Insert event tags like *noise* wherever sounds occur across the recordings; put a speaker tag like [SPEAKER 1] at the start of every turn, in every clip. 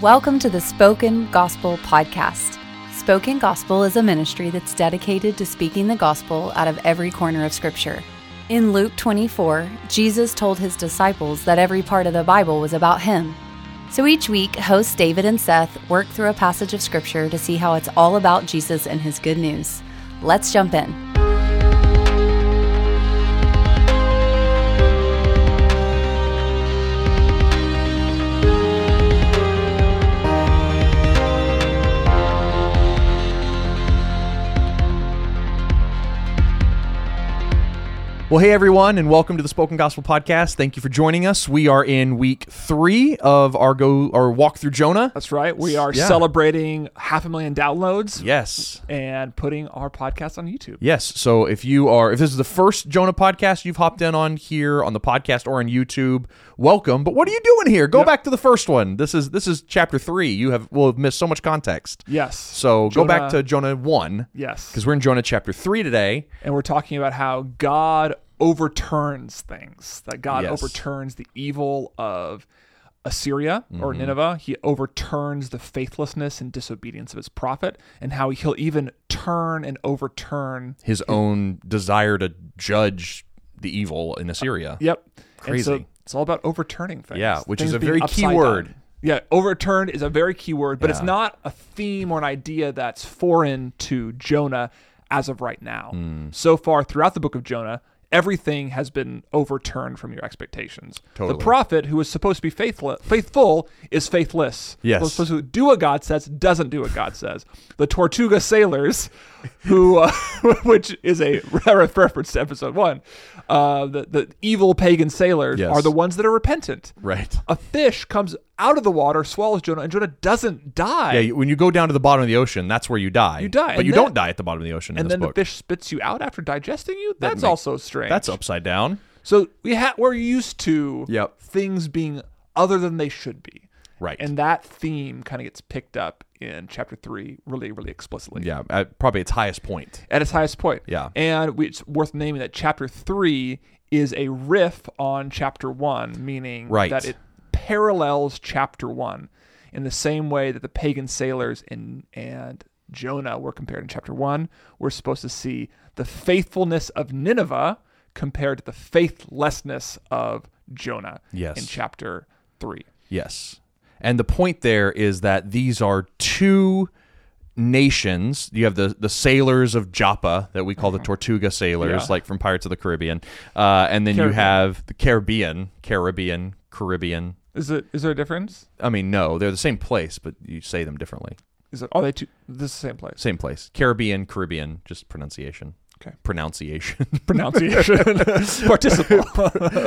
[SPEAKER 1] Welcome to the Spoken Gospel Podcast. Spoken Gospel is a ministry that's dedicated to speaking the gospel out of every corner of Scripture. In Luke 24, Jesus told his disciples that every part of the Bible was about him. So each week, hosts David and Seth work through a passage of Scripture to see how it's all about Jesus and his good news. Let's jump in.
[SPEAKER 2] Well, hey everyone, and welcome to the Spoken Gospel Podcast. Thank you for joining us. We are in week three of our go our walk through Jonah.
[SPEAKER 3] That's right. We are
[SPEAKER 2] Yeah.
[SPEAKER 3] celebrating half a million downloads
[SPEAKER 2] Yes,
[SPEAKER 3] and putting our podcast on YouTube.
[SPEAKER 2] yes. So if you are, if this is the first Jonah podcast you've hopped in on here on the podcast or on YouTube, welcome. But what are you doing here? Go back to the first one. This is this is chapter three. You have will have missed so much context.
[SPEAKER 3] Yes.
[SPEAKER 2] So go back
[SPEAKER 3] Jonah-
[SPEAKER 2] to Jonah one
[SPEAKER 3] yes.
[SPEAKER 2] because we're in Jonah chapter three today.
[SPEAKER 3] And we're talking about how God overturns things, that God
[SPEAKER 2] Yes.
[SPEAKER 3] overturns the evil of Assyria or
[SPEAKER 2] Mm-hmm.
[SPEAKER 3] Nineveh. He overturns the faithlessness and disobedience of his prophet, and how he'll even turn and overturn
[SPEAKER 2] His own desire to judge the evil in Assyria.
[SPEAKER 3] Yep. And
[SPEAKER 2] Crazy.
[SPEAKER 3] so it's all about overturning things.
[SPEAKER 2] Yeah, which is
[SPEAKER 3] Things
[SPEAKER 2] a
[SPEAKER 3] being
[SPEAKER 2] very key
[SPEAKER 3] upside
[SPEAKER 2] word.
[SPEAKER 3] down. Yeah, overturned is a very key word, but it's
[SPEAKER 2] Yeah.
[SPEAKER 3] not a theme or an idea that's foreign to Jonah as of right now.
[SPEAKER 2] Hmm.
[SPEAKER 3] So far throughout the book of Jonah, everything has been overturned from your expectations.
[SPEAKER 2] Totally.
[SPEAKER 3] The prophet who is supposed to be faithful, faithful is faithless.
[SPEAKER 2] Yes.
[SPEAKER 3] Who's supposed to do what God says doesn't do what God says. The Tortuga sailors, who, uh, *laughs* which is a reference to episode one, uh, the the evil pagan sailors
[SPEAKER 2] Yes.
[SPEAKER 3] are the ones that are repentant.
[SPEAKER 2] Right.
[SPEAKER 3] A fish comes out of the water, swallows Jonah, and Jonah doesn't die.
[SPEAKER 2] Yeah, you- when you go down to the bottom of the ocean, that's where you die.
[SPEAKER 3] You die,
[SPEAKER 2] but
[SPEAKER 3] and
[SPEAKER 2] you
[SPEAKER 3] then-
[SPEAKER 2] don't die at the bottom of the ocean in
[SPEAKER 3] and
[SPEAKER 2] this
[SPEAKER 3] then
[SPEAKER 2] book.
[SPEAKER 3] the fish spits you out after digesting you. That's
[SPEAKER 2] make-
[SPEAKER 3] also strange.
[SPEAKER 2] that's upside down.
[SPEAKER 3] So we ha- we're used to
[SPEAKER 2] Yep.
[SPEAKER 3] things being other than they should be.
[SPEAKER 2] Right.
[SPEAKER 3] And that theme kind of gets picked up in chapter three really, really explicitly.
[SPEAKER 2] Yeah, at probably its highest point.
[SPEAKER 3] At its highest point.
[SPEAKER 2] Yeah.
[SPEAKER 3] And we- it's worth naming that chapter three is a riff on chapter one, meaning
[SPEAKER 2] Right.
[SPEAKER 3] that it parallels chapter one in the same way that the pagan sailors and and Jonah were compared in chapter one. We're supposed to see the faithfulness of Nineveh compared to the faithlessness of Jonah
[SPEAKER 2] Yes.
[SPEAKER 3] in chapter three.
[SPEAKER 2] Yes. And the point there is that these are two nations. You have the, the sailors of Joppa that we call the Tortuga sailors,
[SPEAKER 3] Mm-hmm. Yeah.
[SPEAKER 2] like from Pirates of the Caribbean. Uh, and then you
[SPEAKER 3] Caribbean.
[SPEAKER 2] have the Caribbean, Caribbean, Caribbean.
[SPEAKER 3] Is it is there a difference?
[SPEAKER 2] I mean, no, they're the same place, but you say them differently.
[SPEAKER 3] Is it are they two this is the
[SPEAKER 2] *laughs*
[SPEAKER 3] same place?
[SPEAKER 2] Same place. Caribbean, Caribbean, just pronunciation.
[SPEAKER 3] Okay.
[SPEAKER 2] Pronunciation. *laughs*
[SPEAKER 3] Pronunciation. *laughs* Participle.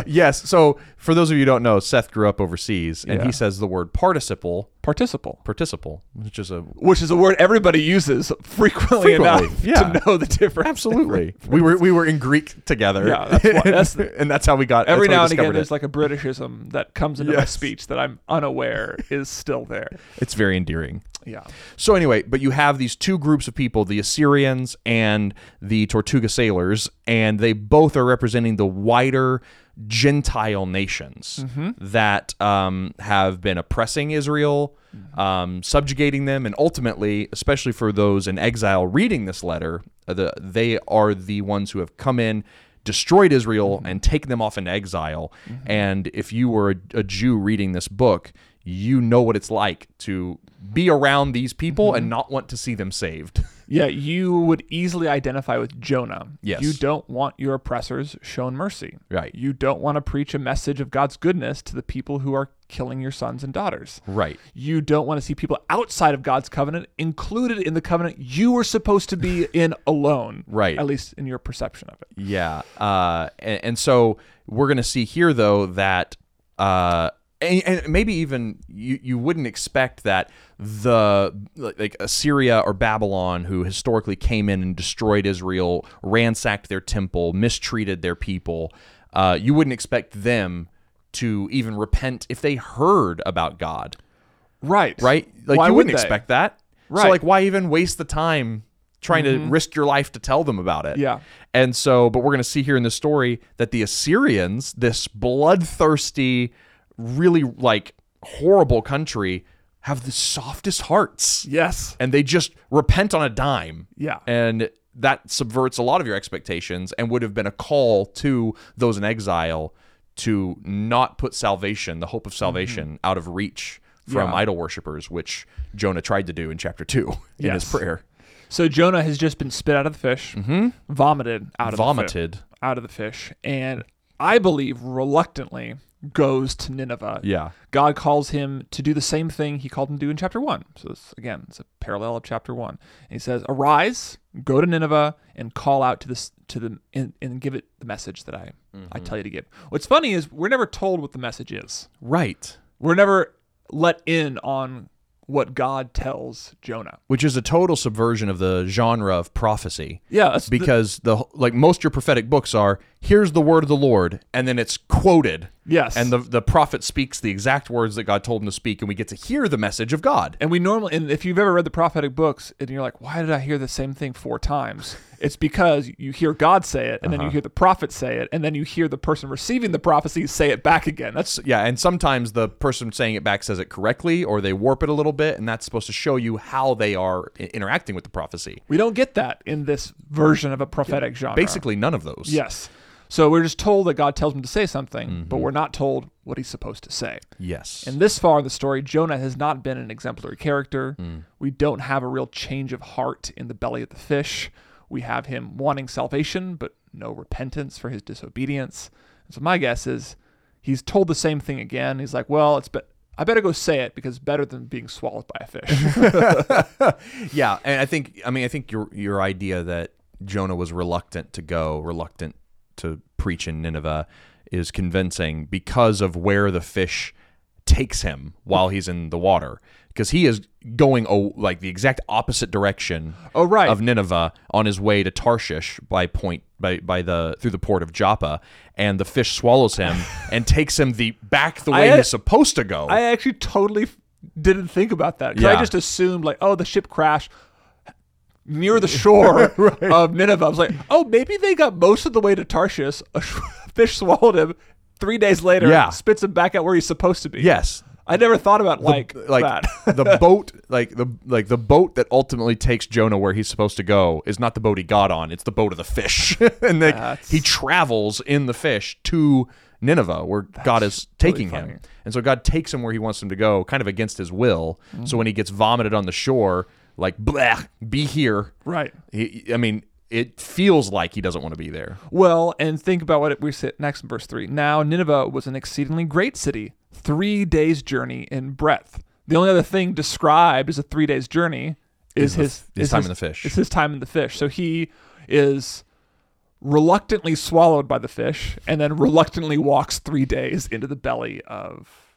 [SPEAKER 2] yes. So for those of you who don't know, Seth grew up overseas, and he
[SPEAKER 3] Yeah.
[SPEAKER 2] says the word participle,
[SPEAKER 3] Participle.
[SPEAKER 2] participle, which is a
[SPEAKER 3] which is a word everybody uses frequently,
[SPEAKER 2] Frequently,
[SPEAKER 3] enough *laughs*
[SPEAKER 2] yeah.
[SPEAKER 3] to know the
[SPEAKER 2] *laughs*
[SPEAKER 3] difference.
[SPEAKER 2] absolutely. we were we were in Greek together.
[SPEAKER 3] Yeah, that's why- that's-
[SPEAKER 2] *laughs* and that's how we got
[SPEAKER 3] Every
[SPEAKER 2] that's how
[SPEAKER 3] now
[SPEAKER 2] we
[SPEAKER 3] and again,
[SPEAKER 2] discovered
[SPEAKER 3] there's
[SPEAKER 2] it.
[SPEAKER 3] like a Britishism that comes into my
[SPEAKER 2] Yes.
[SPEAKER 3] speech that I'm *laughs* unaware is still there.
[SPEAKER 2] it's very endearing.
[SPEAKER 3] Yeah.
[SPEAKER 2] So anyway, but you have these two groups of people, the Assyrians and the Tortuga sailors, and they both are representing the wider Gentile nations that um, have been oppressing Israel, um, subjugating them, and ultimately, especially for those in exile reading this letter, uh, the, they are the ones who have come in destroyed Israel and taken them off into exile. And if you were a, a Jew reading this book, you know what it's like to be around these people and not want to see them saved.
[SPEAKER 3] Yeah, you would easily identify with Jonah.
[SPEAKER 2] Yes.
[SPEAKER 3] You don't want your oppressors shown mercy.
[SPEAKER 2] Right.
[SPEAKER 3] You don't want to preach a message of God's goodness to the people who are killing your sons and daughters.
[SPEAKER 2] Right.
[SPEAKER 3] You don't want to see people outside of God's covenant included in the covenant you were supposed to be in alone.
[SPEAKER 2] Right.
[SPEAKER 3] At least in your perception of it.
[SPEAKER 2] Yeah. Uh, and, and so we're going to see here, though, that. Uh, and, and maybe even you, you wouldn't expect that the like Assyria or Babylon, who historically came in and destroyed Israel, ransacked their temple, mistreated their people, uh, you wouldn't expect them to even repent if they heard about God.
[SPEAKER 3] Right.
[SPEAKER 2] right? Like
[SPEAKER 3] Why
[SPEAKER 2] you
[SPEAKER 3] would
[SPEAKER 2] wouldn't
[SPEAKER 3] they?
[SPEAKER 2] expect that. So
[SPEAKER 3] Right.
[SPEAKER 2] like why even waste the time trying to risk your life to tell them about it?
[SPEAKER 3] Yeah.
[SPEAKER 2] And so but we're going to see here in the story that the Assyrians, this bloodthirsty really like horrible country have the softest hearts
[SPEAKER 3] Yes.
[SPEAKER 2] and they just repent on a dime.
[SPEAKER 3] Yeah.
[SPEAKER 2] And that subverts a lot of your expectations and would have been a call to those in exile to not put salvation, the hope of salvation, out of reach from
[SPEAKER 3] Mm-hmm. Yeah.
[SPEAKER 2] idol worshippers, which Jonah tried to do in chapter two *laughs* in his
[SPEAKER 3] Yes.
[SPEAKER 2] prayer.
[SPEAKER 3] So Jonah has just been spit out of the fish, vomited out of the
[SPEAKER 2] Mm-hmm. Vomited.
[SPEAKER 3] fi- out of the fish, and I believe reluctantly goes to Nineveh.
[SPEAKER 2] Yeah.
[SPEAKER 3] God calls him to do the same thing he called him to do in chapter one. So it's, again, it's a parallel of chapter one. And he says, "Arise, go to Nineveh, and call out to this to the and, and give it the message that I
[SPEAKER 2] Mm-hmm.
[SPEAKER 3] I tell you to give." What's funny is we're never told what the message is.
[SPEAKER 2] Right.
[SPEAKER 3] We're never let in on what God tells Jonah.
[SPEAKER 2] Which is a total subversion of the genre of prophecy.
[SPEAKER 3] Yeah, that's the-
[SPEAKER 2] Because the like most of your prophetic books are here's the word of the Lord and then it's quoted
[SPEAKER 3] yes,
[SPEAKER 2] and the the prophet speaks the exact words that God told him to speak, and we get to hear the message of God.
[SPEAKER 3] And we normally, and if you've ever read the prophetic books and you're like, why did I hear the same thing four times? It's because you hear God say it, and then you hear the prophet say it, and then you hear the person receiving the prophecy say it back again. That's,
[SPEAKER 2] Yeah, and sometimes the person saying it back says it correctly, or they warp it a little bit, and that's supposed to show you how they are i- interacting with the prophecy.
[SPEAKER 3] we don't get that in this version of a prophetic genre.
[SPEAKER 2] Basically, none of those.
[SPEAKER 3] Yes. So we're just told that God tells him to say something, but we're not told what he's supposed to say.
[SPEAKER 2] Yes.
[SPEAKER 3] And this far in the story, Jonah has not been an exemplary character. We don't have a real change of heart in the belly of the fish. We have him wanting salvation, but no repentance for his disobedience. And so my guess is he's told the same thing again. He's like, well, it's be- I better go say it because it's better than being swallowed by a fish.
[SPEAKER 2] yeah, and I think I mean I think your your idea that Jonah was reluctant to go, reluctant to preach in Nineveh, is convincing because of where the fish takes him while he's in the water, because he is going oh, like the exact opposite direction.
[SPEAKER 3] oh, right.
[SPEAKER 2] Of Nineveh on his way to Tarshish by point by, by the through the port of Joppa, and the fish swallows him
[SPEAKER 3] *laughs*
[SPEAKER 2] and takes him the back the way
[SPEAKER 3] I-
[SPEAKER 2] he's supposed to go.
[SPEAKER 3] I actually totally f- didn't think about that. 'Cause
[SPEAKER 2] Yeah.
[SPEAKER 3] I just assumed like, oh, the ship crashed near
[SPEAKER 2] *laughs*
[SPEAKER 3] the shore of Nineveh. I was like, oh, maybe they got most of the way to Tarshish. A sh- *laughs* fish swallowed him. Three days later,
[SPEAKER 2] Yeah.
[SPEAKER 3] spits him back out where he's supposed to be.
[SPEAKER 2] yes,
[SPEAKER 3] I never thought about like
[SPEAKER 2] *laughs* like
[SPEAKER 3] that. *laughs*
[SPEAKER 2] the boat like the like the boat that ultimately takes Jonah where he's supposed to go is not the boat he got on it's the boat of the fish *laughs* and like, he travels in the fish to Nineveh where God is taking him and so God takes him where he wants him to go kind of against his will so when he gets vomited on the shore like bleh be here
[SPEAKER 3] right.
[SPEAKER 2] he, I mean it feels like he doesn't want to be there
[SPEAKER 3] Well, and think about what it, we said next in verse 3. Now, Nineveh was an exceedingly great city, three days' journey in breadth. The only other thing described as a three days' journey is
[SPEAKER 2] the-
[SPEAKER 3] his,
[SPEAKER 2] his
[SPEAKER 3] is
[SPEAKER 2] time in the fish.
[SPEAKER 3] It's his time in the fish. So he is reluctantly swallowed by the fish and then reluctantly walks three days into the belly of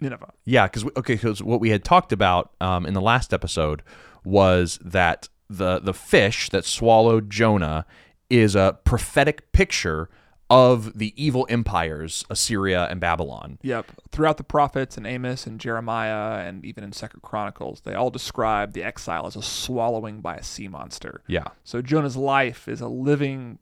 [SPEAKER 3] Nineveh.
[SPEAKER 2] Yeah, because okay, because what we had talked about um, in the last episode was that the the fish that swallowed Jonah is a prophetic picture of the evil empires Assyria and Babylon.
[SPEAKER 3] Yep. Throughout the prophets and Amos and Jeremiah and even in Second Chronicles, they all describe the exile as a swallowing by a sea monster.
[SPEAKER 2] Yeah,
[SPEAKER 3] So Jonah's life is a living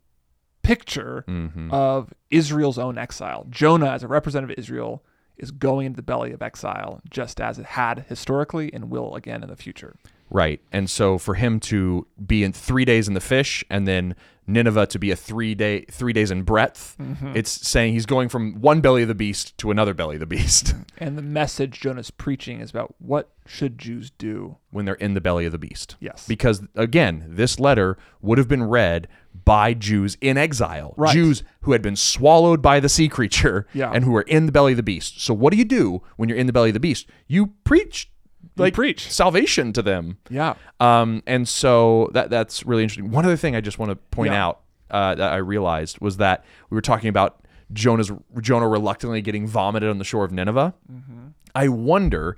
[SPEAKER 3] picture of Israel's own exile. Jonah, as a representative of Israel, is going into the belly of exile, just as it had historically and will again in the future.
[SPEAKER 2] right. And so for him to be in three days in the fish, and then Nineveh to be a three day three days in breadth, it's saying he's going from one belly of the beast to another belly of the beast *laughs*
[SPEAKER 3] And the message Jonah's preaching is about what should Jews do?
[SPEAKER 2] when they're in the belly of the beast.
[SPEAKER 3] Yes.
[SPEAKER 2] Because again, this letter would have been read by Jews in exile,
[SPEAKER 3] Right.
[SPEAKER 2] Jews who had been swallowed by the sea creature
[SPEAKER 3] *laughs* Yeah.
[SPEAKER 2] and who were in the belly of the beast. So what do you do when you're in the belly of the beast? You preach like
[SPEAKER 3] preach.
[SPEAKER 2] salvation to them.
[SPEAKER 3] yeah.
[SPEAKER 2] Um, and so that that's really interesting. One other thing I just want to point
[SPEAKER 3] Yeah.
[SPEAKER 2] out uh, that I realized was that we were talking about Jonah's Jonah reluctantly getting vomited on the shore of Nineveh.
[SPEAKER 3] Mm-hmm.
[SPEAKER 2] I wonder,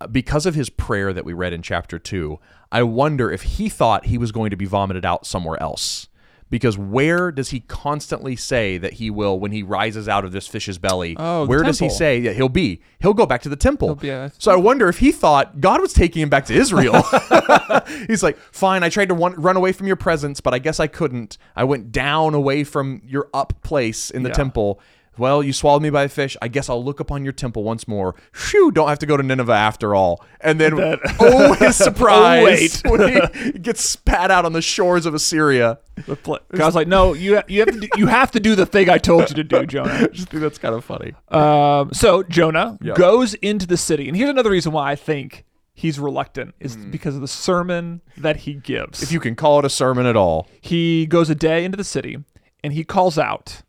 [SPEAKER 2] uh, because of his prayer that we read in chapter two, I wonder if he thought he was going to be vomited out somewhere else. Because where does he constantly say that he will when he rises out of this fish's belly?
[SPEAKER 3] Oh, the
[SPEAKER 2] where does he
[SPEAKER 3] temple.
[SPEAKER 2] say that he'll be? He'll go back to the temple.
[SPEAKER 3] be a-
[SPEAKER 2] so I wonder if he thought God was taking him back to
[SPEAKER 3] *laughs*
[SPEAKER 2] Israel. He's like, fine, I tried to run, run away from your presence, but I guess I couldn't. I went down away from your up place in the
[SPEAKER 3] Yeah.
[SPEAKER 2] temple. Well, you swallowed me by a fish. I guess I'll look upon your temple once more. Phew, don't have to go to Nineveh after all. And then, *laughs* oh, his surprise. *laughs* wait. he gets spat out on the shores of Assyria.
[SPEAKER 3] The *laughs* pla- 'cause I was like, no, you you have to do, you have to do the thing I told you to *laughs* do, Jonah.
[SPEAKER 2] I just think that's kind of funny.
[SPEAKER 3] Um, so Jonah
[SPEAKER 2] Yeah.
[SPEAKER 3] goes into the city, and here's another reason why I think he's reluctant is because of the sermon that he gives.
[SPEAKER 2] If you can call it a sermon at all.
[SPEAKER 3] he goes a day into the city, and he calls out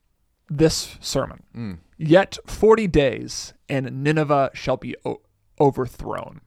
[SPEAKER 3] this sermon.
[SPEAKER 2] Mm.
[SPEAKER 3] Yet forty days, and Nineveh shall be o- overthrown.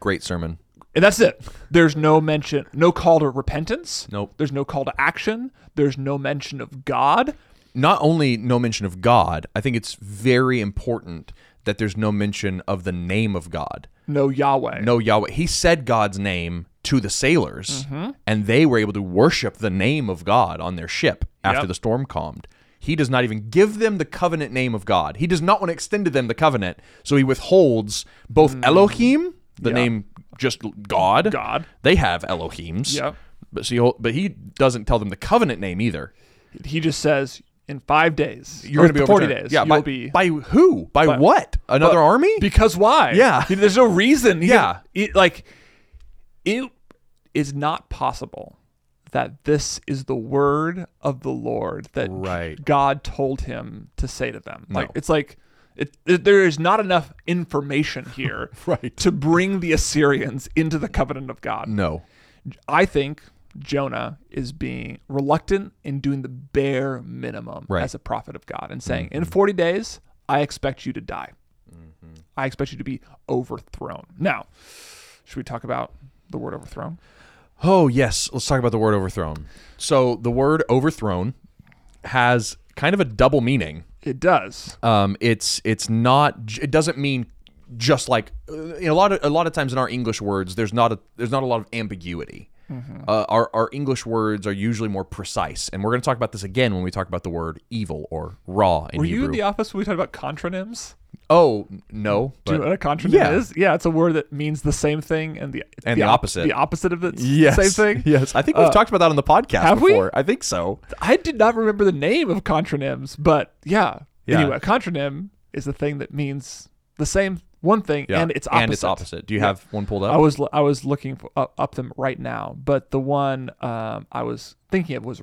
[SPEAKER 2] Great sermon.
[SPEAKER 3] And that's it. There's no mention, no call to repentance.
[SPEAKER 2] Nope.
[SPEAKER 3] There's no call to action. There's no mention of God.
[SPEAKER 2] Not only no mention of God, I think it's very important that there's no mention of the name of God.
[SPEAKER 3] No Yahweh.
[SPEAKER 2] No Yahweh. He said God's name to the sailors, and they were able to worship the name of God on their ship after
[SPEAKER 3] Yep.
[SPEAKER 2] the storm calmed. He does not even give them the covenant name of God. He does not want to extend to them the covenant, so he withholds both Elohim, the name just God.
[SPEAKER 3] Hmm. God.
[SPEAKER 2] They have Elohims.
[SPEAKER 3] Yep.
[SPEAKER 2] But see, but he doesn't tell them the covenant name either.
[SPEAKER 3] He just says in five days,
[SPEAKER 2] You're going to be
[SPEAKER 3] forty
[SPEAKER 2] overturned.
[SPEAKER 3] days.
[SPEAKER 2] Yeah,
[SPEAKER 3] you'll
[SPEAKER 2] by,
[SPEAKER 3] be
[SPEAKER 2] by who? By, what? Another
[SPEAKER 3] but-
[SPEAKER 2] army?
[SPEAKER 3] because why?
[SPEAKER 2] Yeah.
[SPEAKER 3] He- there's no reason. He-
[SPEAKER 2] Yeah.
[SPEAKER 3] he- like it is not possible that this is the word of the Lord that
[SPEAKER 2] Right.
[SPEAKER 3] God told him to say to them. Like
[SPEAKER 2] No.
[SPEAKER 3] it's like. It, it- there is not enough information here
[SPEAKER 2] *laughs* Right.
[SPEAKER 3] to bring the Assyrians into the covenant of God.
[SPEAKER 2] no.
[SPEAKER 3] I think Jonah is being reluctant in doing the bare minimum
[SPEAKER 2] Right. Mm-hmm.
[SPEAKER 3] as a prophet of God and saying, In 40 days, I expect you to die. I expect you to be overthrown. Now, should we talk about the word overthrown?
[SPEAKER 2] Oh, yes. Let's talk about the word overthrown. So, the word overthrown has kind of a double meaning.
[SPEAKER 3] It does.
[SPEAKER 2] Um, it's it's not j- it doesn't mean just like uh, a lot of a lot of times in our English words there's not a there's not a lot of ambiguity.
[SPEAKER 3] Mm-hmm.
[SPEAKER 2] Uh, our our English words are usually more precise, and we're going to talk about this again when we talk about the word evil or raw in
[SPEAKER 3] Were
[SPEAKER 2] Hebrew.
[SPEAKER 3] you in the office when we talked about contronyms?
[SPEAKER 2] oh no,
[SPEAKER 3] Do you know
[SPEAKER 2] but-
[SPEAKER 3] what a contronym
[SPEAKER 2] Yeah.
[SPEAKER 3] is? Yeah, it's a word that means the same thing and the,
[SPEAKER 2] And the
[SPEAKER 3] op-
[SPEAKER 2] opposite.
[SPEAKER 3] The opposite of the s-
[SPEAKER 2] *laughs* yes,
[SPEAKER 3] same thing. Uh,
[SPEAKER 2] Yes, I think we've talked about that on the podcast
[SPEAKER 3] have we?
[SPEAKER 2] before. I think so.
[SPEAKER 3] I did not remember the name of contronyms, but yeah.
[SPEAKER 2] Yeah.
[SPEAKER 3] Anyway, a contronym is the thing that means the same one thing
[SPEAKER 2] Yeah,
[SPEAKER 3] and it's opposite.
[SPEAKER 2] And it's opposite. Do you have one pulled up?
[SPEAKER 3] I was I was looking for, up, up them right now, but the one um, I was thinking of was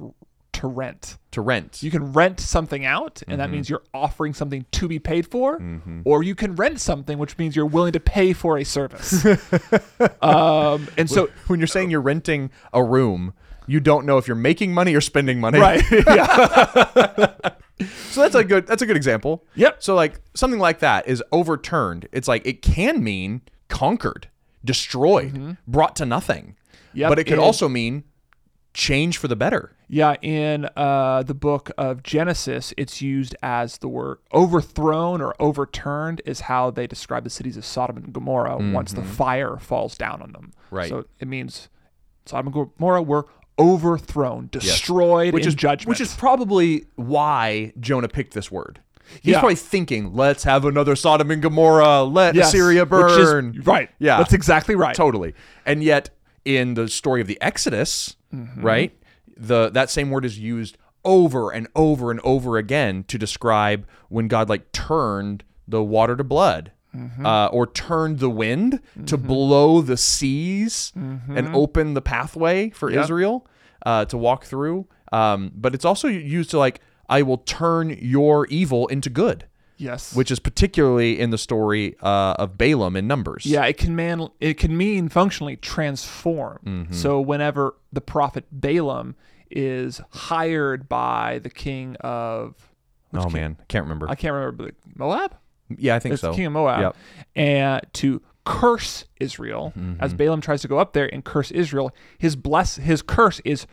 [SPEAKER 3] to rent.
[SPEAKER 2] to rent.
[SPEAKER 3] You can rent something out, and
[SPEAKER 2] Mm-hmm.
[SPEAKER 3] that means you're offering something to be paid for, or you can rent something, which means you're willing to pay for
[SPEAKER 2] *laughs*
[SPEAKER 3] a service. um, and so,
[SPEAKER 2] when you're saying you're renting a room, you don't know if you're making money or spending money. *laughs*
[SPEAKER 3] right, yeah,
[SPEAKER 2] So that's a good that's a good example.
[SPEAKER 3] Yep.
[SPEAKER 2] So like something like that is overturned. It's like it can mean conquered, destroyed, brought to nothing.
[SPEAKER 3] Mm-hmm. Yep,
[SPEAKER 2] But it could
[SPEAKER 3] it-
[SPEAKER 2] also mean change for the better.
[SPEAKER 3] Yeah, in uh, the book of Genesis, it's used as the word overthrown or overturned, is how they describe the cities of Sodom and Gomorrah once the fire falls down on them.
[SPEAKER 2] Mm-hmm. Right.
[SPEAKER 3] So it means Sodom and Gomorrah were overthrown, destroyed,
[SPEAKER 2] Which
[SPEAKER 3] in
[SPEAKER 2] is
[SPEAKER 3] judgment.
[SPEAKER 2] Which is probably why Jonah picked this word. He's
[SPEAKER 3] Yeah.
[SPEAKER 2] probably thinking, let's have another Sodom and Gomorrah, let
[SPEAKER 3] Yes,
[SPEAKER 2] Assyria
[SPEAKER 3] which is-
[SPEAKER 2] burn.
[SPEAKER 3] right.
[SPEAKER 2] Yeah.
[SPEAKER 3] That's exactly right.
[SPEAKER 2] totally and yet in the story of the exodus
[SPEAKER 3] Mm-hmm.
[SPEAKER 2] right the that same word is used over and over and over again to describe when god like turned the water to blood
[SPEAKER 3] Mm-hmm.
[SPEAKER 2] uh, or turned the wind to blow the seas
[SPEAKER 3] Mm-hmm.
[SPEAKER 2] and open the pathway for israel uh, to walk through um, but it's also used to like i will turn your evil into good
[SPEAKER 3] Yes.
[SPEAKER 2] which is particularly in the story uh, of balaam in numbers
[SPEAKER 3] Yeah, it can man it can mean functionally transform.
[SPEAKER 2] Mm-hmm.
[SPEAKER 3] So whenever the prophet Balaam is hired by the king of
[SPEAKER 2] oh man i can't remember
[SPEAKER 3] I can't remember the Moab?
[SPEAKER 2] Yeah, I think
[SPEAKER 3] It's
[SPEAKER 2] so.
[SPEAKER 3] the king of Moab,
[SPEAKER 2] Yep.
[SPEAKER 3] and to curse Israel as
[SPEAKER 2] Mm-hmm.
[SPEAKER 3] Balaam tries to go up there and curse Israel. His bless, his curse is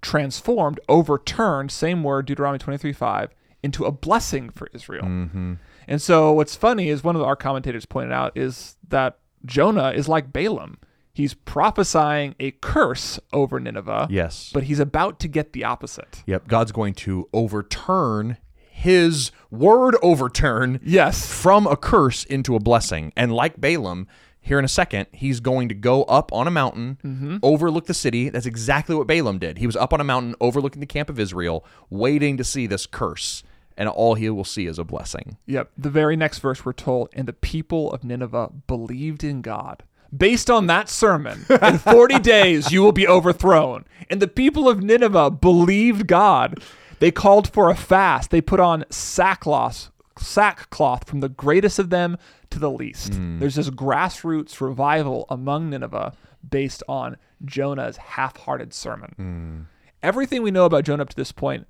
[SPEAKER 3] transformed, overturned. Same word, Deuteronomy twenty three five, into a blessing for Israel.
[SPEAKER 2] Mm-hmm.
[SPEAKER 3] And so, what's funny is one of our commentators pointed out is that Jonah is like Balaam. He's prophesying a curse over Nineveh,
[SPEAKER 2] Yes.
[SPEAKER 3] but he's about to get the opposite.
[SPEAKER 2] yep. God's going to overturn his word overturn
[SPEAKER 3] Yes.
[SPEAKER 2] from a curse into a blessing. And like Balaam, here in a second, he's going to go up on a mountain,
[SPEAKER 3] Mm-hmm.
[SPEAKER 2] overlook the city. That's exactly what Balaam did. He was up on a mountain overlooking the camp of Israel, waiting to see this curse. and all he will see is a blessing.
[SPEAKER 3] Yep. The very next verse we're told, and the people of Nineveh believed in God. Based on that sermon, in 40 days you will be overthrown. And the people of Nineveh believed God. They called for a fast. They put on sackcloth, sackcloth from the greatest of them to the least. There's this grassroots revival among Nineveh based on Jonah's half hearted sermon. Everything we know about Jonah up to this point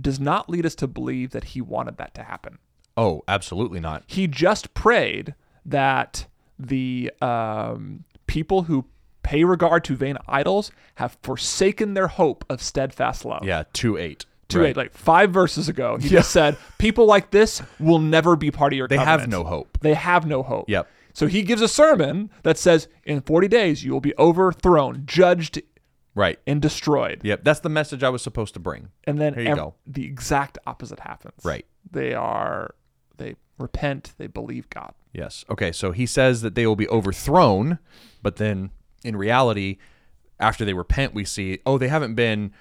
[SPEAKER 3] does not lead us to believe that he wanted that to happen
[SPEAKER 2] Oh, absolutely not.
[SPEAKER 3] he just prayed that the um, people who pay regard to vain idols have forsaken their hope of steadfast love.
[SPEAKER 2] Yeah, 2 8.
[SPEAKER 3] Two eight, like five verses ago, he just said, "People like this will never be part of your
[SPEAKER 2] They have
[SPEAKER 3] covenant."
[SPEAKER 2] no hope.
[SPEAKER 3] They have no hope."
[SPEAKER 2] Yep.
[SPEAKER 3] So he gives a sermon that says, "In forty days, you will be overthrown, judged,
[SPEAKER 2] Right.
[SPEAKER 3] and destroyed."
[SPEAKER 2] Yep. That's the message I was supposed to bring.
[SPEAKER 3] And then
[SPEAKER 2] Here you
[SPEAKER 3] ev-
[SPEAKER 2] go.
[SPEAKER 3] the exact opposite happens.
[SPEAKER 2] Right.
[SPEAKER 3] They are they repent, they believe God.
[SPEAKER 2] Yes. Okay. So he says that they will be overthrown, but then in reality, after they repent, we see, oh, they haven't been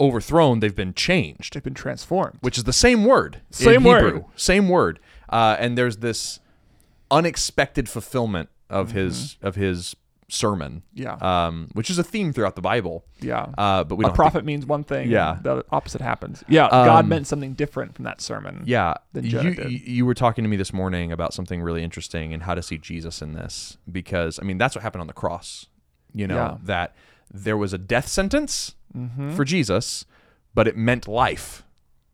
[SPEAKER 2] overthrown; they've been changed,
[SPEAKER 3] They've been transformed.
[SPEAKER 2] which is the same word. in
[SPEAKER 3] Same word.
[SPEAKER 2] Hebrew. Same word. Uh, and there's this unexpected fulfillment of his of his sermon.
[SPEAKER 3] Mm-hmm. Yeah.
[SPEAKER 2] Um, which is a theme throughout the Bible.
[SPEAKER 3] Yeah.
[SPEAKER 2] Uh, but we
[SPEAKER 3] a
[SPEAKER 2] don't have to-
[SPEAKER 3] prophet means one thing.
[SPEAKER 2] Yeah. Um,
[SPEAKER 3] and The opposite happens. Yeah. God meant something different from that sermon.
[SPEAKER 2] Yeah,
[SPEAKER 3] than
[SPEAKER 2] you,
[SPEAKER 3] Jonah did.
[SPEAKER 2] you you were talking to me this morning about something really interesting and how to see Jesus in this because I mean that's what happened on the cross. You know
[SPEAKER 3] Yeah. Mm-hmm.
[SPEAKER 2] that there was a death sentence for Jesus, but it meant life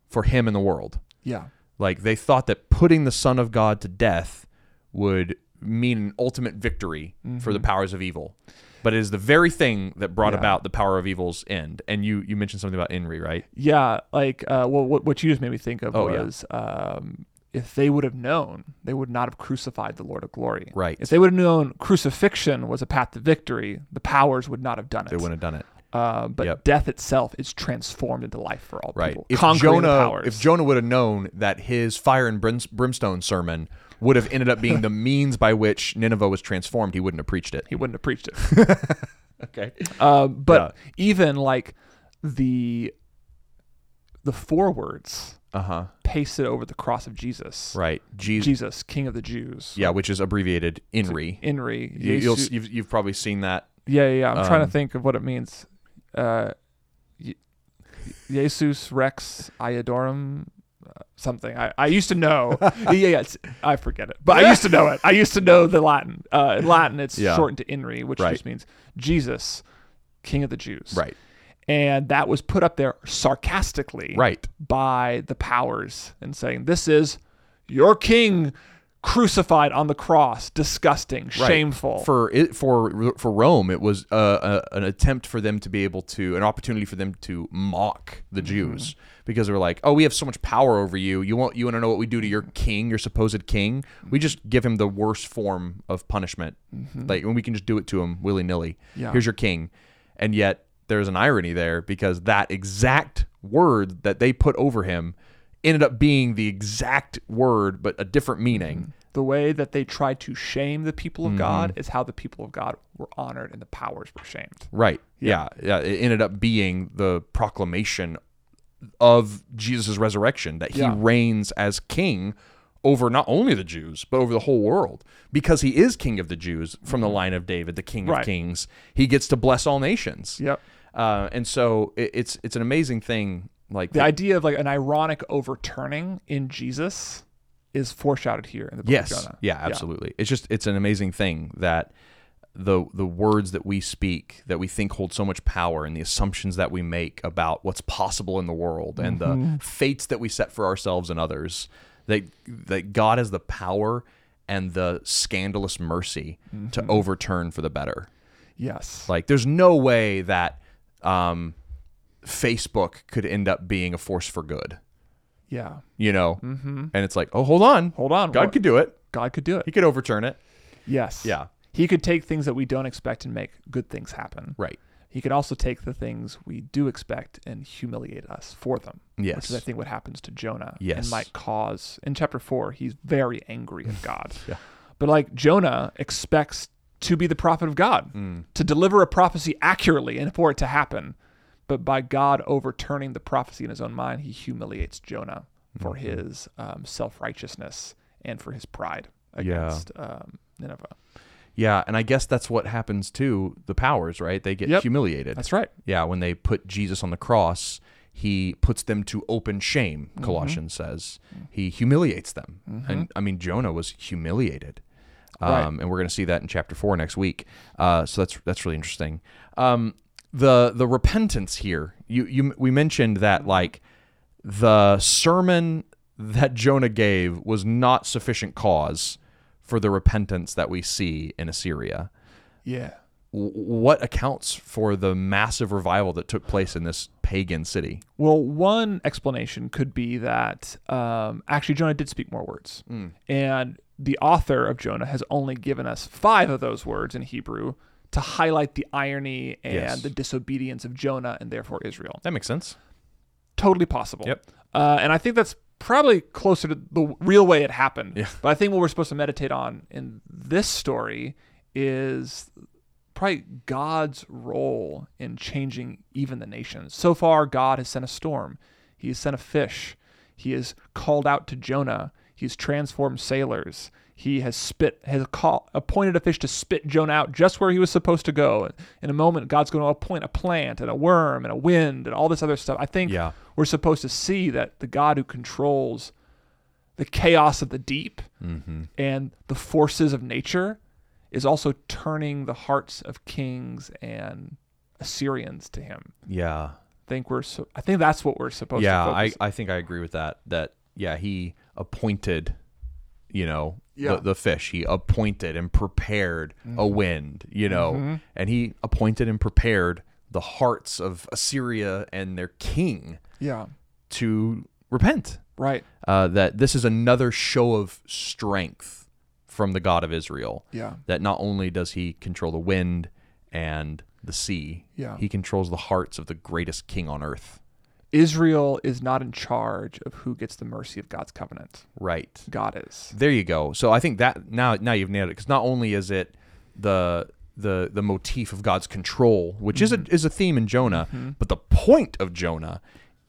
[SPEAKER 2] for him and the world.
[SPEAKER 3] Yeah.
[SPEAKER 2] Like they thought that putting the Son of God to death would mean an ultimate victory for the powers of evil, but it is the very thing that brought
[SPEAKER 3] Mm-hmm. Yeah.
[SPEAKER 2] about the power of evil's end. And you you mentioned something about Enri, right?
[SPEAKER 3] Yeah. Like, uh, well, what, what you just made me think of
[SPEAKER 2] Oh, yeah.
[SPEAKER 3] was um, if they would have known, they would not have crucified the Lord of glory.
[SPEAKER 2] Right.
[SPEAKER 3] If they would have known crucifixion was a path to victory, the powers would not have done it.
[SPEAKER 2] They wouldn't have done it.
[SPEAKER 3] Uh, but
[SPEAKER 2] Yep.
[SPEAKER 3] death itself is transformed into life for all
[SPEAKER 2] Right.
[SPEAKER 3] people.
[SPEAKER 2] If
[SPEAKER 3] Conquering the
[SPEAKER 2] Jonah,
[SPEAKER 3] powers.
[SPEAKER 2] if Jonah would have known that his fire and brims- brimstone sermon would have ended up
[SPEAKER 3] *laughs*
[SPEAKER 2] being the means by which Nineveh was transformed, he wouldn't have preached it.
[SPEAKER 3] he wouldn't have preached it. *laughs*
[SPEAKER 2] Okay.
[SPEAKER 3] Uh, but even like the the four words
[SPEAKER 2] Uh
[SPEAKER 3] *laughs*
[SPEAKER 2] huh.
[SPEAKER 3] pasted over the cross of Jesus.
[SPEAKER 2] Right. Jesus.
[SPEAKER 3] Jesus, King of the Jews.
[SPEAKER 2] Yeah, which is abbreviated INRI.
[SPEAKER 3] Inri.
[SPEAKER 2] You, you'll,
[SPEAKER 3] Yesu-
[SPEAKER 2] s- you've, you've probably seen that.
[SPEAKER 3] yeah, yeah, yeah. I'm trying
[SPEAKER 2] um,
[SPEAKER 3] to think of what it means. Uh, Ye- Jesus Rex Iodorum. uh, Something I, I used to know.
[SPEAKER 2] *laughs*
[SPEAKER 3] yeah, yeah, it's, I forget it, but I used to know it. I used to know the Latin. Uh, in Latin, it's
[SPEAKER 2] Yeah.
[SPEAKER 3] shortened to Inri, which
[SPEAKER 2] Right.
[SPEAKER 3] just means Jesus, King of the Jews.
[SPEAKER 2] Right.
[SPEAKER 3] and that was put up there sarcastically
[SPEAKER 2] Right.
[SPEAKER 3] by the powers and saying this is your king crucified on the cross disgusting shameful
[SPEAKER 2] For it, for for Rome, it was uh, a, an attempt for them to be able to an opportunity for them to mock the Jews because they were like, "Oh, we have so much power over you. You want you want to know what we do to your king, your supposed king? We just give him the worst form of punishment, like and we can just do it to him willy nilly.
[SPEAKER 3] Yeah.
[SPEAKER 2] Here's your king." And yet there's an irony there because that exact word that they put over him ended up being the exact word but a different meaning.
[SPEAKER 3] the way that they tried to shame the people of god
[SPEAKER 2] Mm-hmm.
[SPEAKER 3] is how the people of god were honored and the powers were shamed
[SPEAKER 2] Right. Yeah. yeah. It ended up being the proclamation of Jesus' resurrection that he
[SPEAKER 3] Yeah.
[SPEAKER 2] reigns as king over not only the Jews, but over the whole world. Because he is king of the Jews from the line of David, the king
[SPEAKER 3] Mm-hmm. Right.
[SPEAKER 2] of kings, he gets to bless all nations.
[SPEAKER 3] yep
[SPEAKER 2] Uh, and so it, it's it's an amazing thing. Like
[SPEAKER 3] the idea of like an ironic overturning in jesus is foreshadowed here in the book
[SPEAKER 2] Yes.
[SPEAKER 3] of jonah
[SPEAKER 2] Yeah, absolutely. It's just it's an amazing thing that the the words that we speak that we think hold so much power and the assumptions that we make about what's possible in the world and the fates that we set for ourselves and others that that God has the power and the scandalous mercy to overturn for the better.
[SPEAKER 3] yes
[SPEAKER 2] Like there's no way that um Facebook could end up being a force for good,
[SPEAKER 3] yeah
[SPEAKER 2] you know? Mm-hmm. And it's like, oh, hold on,
[SPEAKER 3] hold on
[SPEAKER 2] God
[SPEAKER 3] what-
[SPEAKER 2] could do it.
[SPEAKER 3] god could do it
[SPEAKER 2] He could overturn it.
[SPEAKER 3] Yes.
[SPEAKER 2] Yeah.
[SPEAKER 3] He could take things that we don't expect and make good things happen.
[SPEAKER 2] Right.
[SPEAKER 3] He could also take the things we do expect and humiliate us for them. Which
[SPEAKER 2] Yes.
[SPEAKER 3] is, I think, what happens to Jonah.
[SPEAKER 2] Yes.
[SPEAKER 3] And might cause, in chapter four, he's very angry
[SPEAKER 2] *laughs*
[SPEAKER 3] at God. yeah. But like Jonah expects to be the prophet of God,
[SPEAKER 2] Mm.
[SPEAKER 3] to deliver a prophecy accurately and for it to happen. But by God overturning the prophecy in his own mind, he humiliates Jonah for
[SPEAKER 2] Mm-hmm.
[SPEAKER 3] his um, self righteousness and for his pride
[SPEAKER 2] Yeah.
[SPEAKER 3] against um, Nineveh.
[SPEAKER 2] Yeah, and I guess that's what happens to the powers, right? They get
[SPEAKER 3] Yep.
[SPEAKER 2] humiliated.
[SPEAKER 3] That's right.
[SPEAKER 2] Yeah, when they put Jesus on the cross, he puts them to open shame, Colossians says. He humiliates them. And I mean, Jonah was humiliated. Um,
[SPEAKER 3] Right.
[SPEAKER 2] And we're going to see that in chapter four next week. Uh, so that's that's really interesting. Um, the the repentance here, you you we mentioned that like the sermon that Jonah gave was not sufficient cause for the repentance that we see in Assyria
[SPEAKER 3] Yeah.
[SPEAKER 2] w- what accounts for the massive revival that took place in this pagan city?
[SPEAKER 3] Well, one explanation could be that um, actually Jonah did speak more words,
[SPEAKER 2] Mm.
[SPEAKER 3] and the author of Jonah has only given us five of those words in Hebrew to highlight the irony and
[SPEAKER 2] Yes.
[SPEAKER 3] the disobedience of Jonah and therefore Israel.
[SPEAKER 2] That makes sense.
[SPEAKER 3] Totally possible.
[SPEAKER 2] Yep.
[SPEAKER 3] Uh, and I think that's probably closer to the real way it happened.
[SPEAKER 2] Yeah.
[SPEAKER 3] But I think what we're supposed to meditate on in this story is probably God's role in changing even the nations. So far, God has sent a storm, He has sent a fish, He has called out to Jonah, He's transformed sailors. He has spit, has call, appointed a fish to spit Jonah out just where he was supposed to go. In a moment, God's going to appoint a plant and a worm and a wind and all this other stuff. I think
[SPEAKER 2] Yeah.
[SPEAKER 3] we're supposed to see that the God who controls the chaos of the deep
[SPEAKER 2] Mm-hmm.
[SPEAKER 3] and the forces of nature is also turning the hearts of kings and Assyrians to him.
[SPEAKER 2] Yeah.
[SPEAKER 3] I think we're so, I think that's what we're supposed
[SPEAKER 2] yeah,
[SPEAKER 3] to
[SPEAKER 2] I,
[SPEAKER 3] focus.
[SPEAKER 2] I think I agree with that. That yeah, he appointed, you know,
[SPEAKER 3] Yeah.
[SPEAKER 2] the, the fish. He appointed and prepared a wind, you know, and he appointed and prepared the hearts of Assyria and their king
[SPEAKER 3] yeah.
[SPEAKER 2] to repent.
[SPEAKER 3] Right.
[SPEAKER 2] Uh, that this is another show of strength from the God of Israel.
[SPEAKER 3] Yeah.
[SPEAKER 2] that not only does he control the wind and the sea,
[SPEAKER 3] Yeah.
[SPEAKER 2] he controls the hearts of the greatest king on earth.
[SPEAKER 3] Israel is not in charge of who gets the mercy of God's covenant.
[SPEAKER 2] Right.
[SPEAKER 3] God is.
[SPEAKER 2] There you go. So I think that now now you've nailed it because not only is it the the the motif of God's control, which is a is a theme in Jonah, but the point of Jonah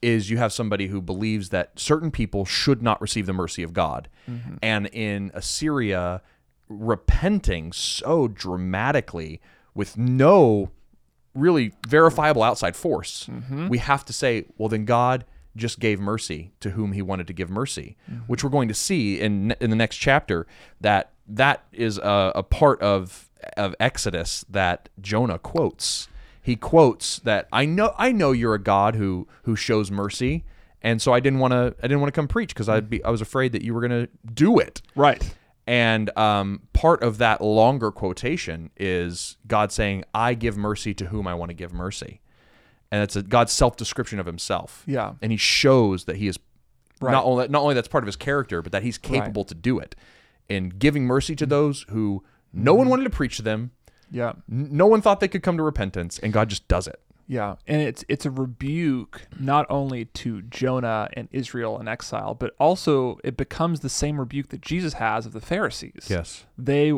[SPEAKER 2] is you have somebody who believes that certain people should not receive the mercy of God, and in Assyria, repenting so dramatically with no really verifiable outside force, we have to say, well, then God just gave mercy to whom he wanted to give mercy, which we're going to see in in the next chapter that that is a, a part of of Exodus that Jonah quotes. He quotes that I know I know you're a God who who shows mercy, and so I didn't want to I didn't want to come preach because I'd be I was afraid that you were going to do it.
[SPEAKER 3] Right.
[SPEAKER 2] And um, part of that longer quotation is God saying, I give mercy to whom I want to give mercy. And it's a, God's self description of himself.
[SPEAKER 3] Yeah.
[SPEAKER 2] And he shows that he is
[SPEAKER 3] Right.
[SPEAKER 2] not, only, not only that's part of his character, but that he's capable to do it in giving mercy to those who no one wanted to preach to them,
[SPEAKER 3] Yeah.
[SPEAKER 2] n- no one thought they could come to repentance, and God just does it.
[SPEAKER 3] Yeah, and it's it's a rebuke not only to Jonah and Israel in exile, but also it becomes the same rebuke that Jesus has of the Pharisees.
[SPEAKER 2] Yes.
[SPEAKER 3] They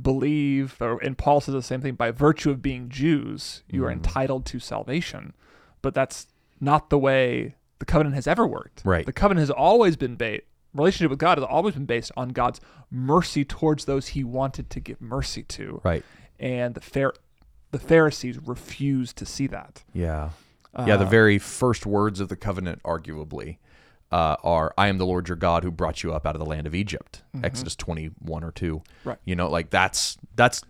[SPEAKER 3] believe or and Paul says the same thing by virtue of being Jews, you
[SPEAKER 2] Mm-hmm.
[SPEAKER 3] are entitled to salvation. But that's not the way the covenant has ever worked.
[SPEAKER 2] Right.
[SPEAKER 3] The covenant has always been based relationship with God has always been based on God's mercy towards those he wanted to give mercy to.
[SPEAKER 2] Right.
[SPEAKER 3] And the Phar- the Pharisees refused to see that.
[SPEAKER 2] Yeah. yeah,
[SPEAKER 3] Uh,
[SPEAKER 2] the very first words of the covenant, arguably, uh, are I am the Lord your God who brought you up out of the land of Egypt. Exodus 21 or 2.
[SPEAKER 3] Mm-hmm. Right.
[SPEAKER 2] You know, like that's, that's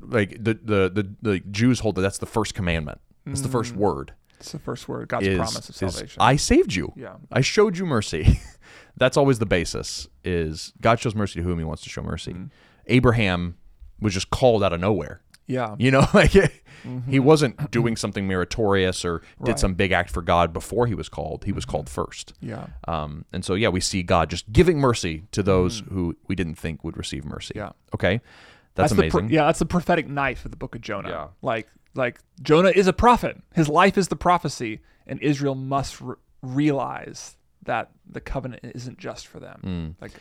[SPEAKER 2] like the, the, the, the Jews hold that that's the first commandment. That's the first word.
[SPEAKER 3] It's the first word, God's
[SPEAKER 2] is-
[SPEAKER 3] Mm. promise of
[SPEAKER 2] is,
[SPEAKER 3] salvation.
[SPEAKER 2] I saved you.
[SPEAKER 3] Yeah.
[SPEAKER 2] I showed you mercy. *laughs* That's always the basis is God shows mercy to whom he wants to show mercy.
[SPEAKER 3] Mm.
[SPEAKER 2] Abraham was just called out of nowhere.
[SPEAKER 3] yeah.
[SPEAKER 2] You know, *laughs* like he
[SPEAKER 3] Mm-hmm.
[SPEAKER 2] wasn't doing something meritorious or did some big act for God before he was called. He was
[SPEAKER 3] Mm-hmm.
[SPEAKER 2] called first.
[SPEAKER 3] Yeah.
[SPEAKER 2] Um, and so, yeah, we see God just giving mercy to those who we didn't think would receive mercy.
[SPEAKER 3] Mm-hmm. Yeah.
[SPEAKER 2] Okay. That's,
[SPEAKER 3] the pro-
[SPEAKER 2] amazing.
[SPEAKER 3] yeah, that's the prophetic knife of the book of Jonah.
[SPEAKER 2] Yeah.
[SPEAKER 3] Like like Jonah is a prophet. His life is the prophecy and Israel must re- realize that the covenant isn't just for them.
[SPEAKER 2] Hmm.
[SPEAKER 3] Like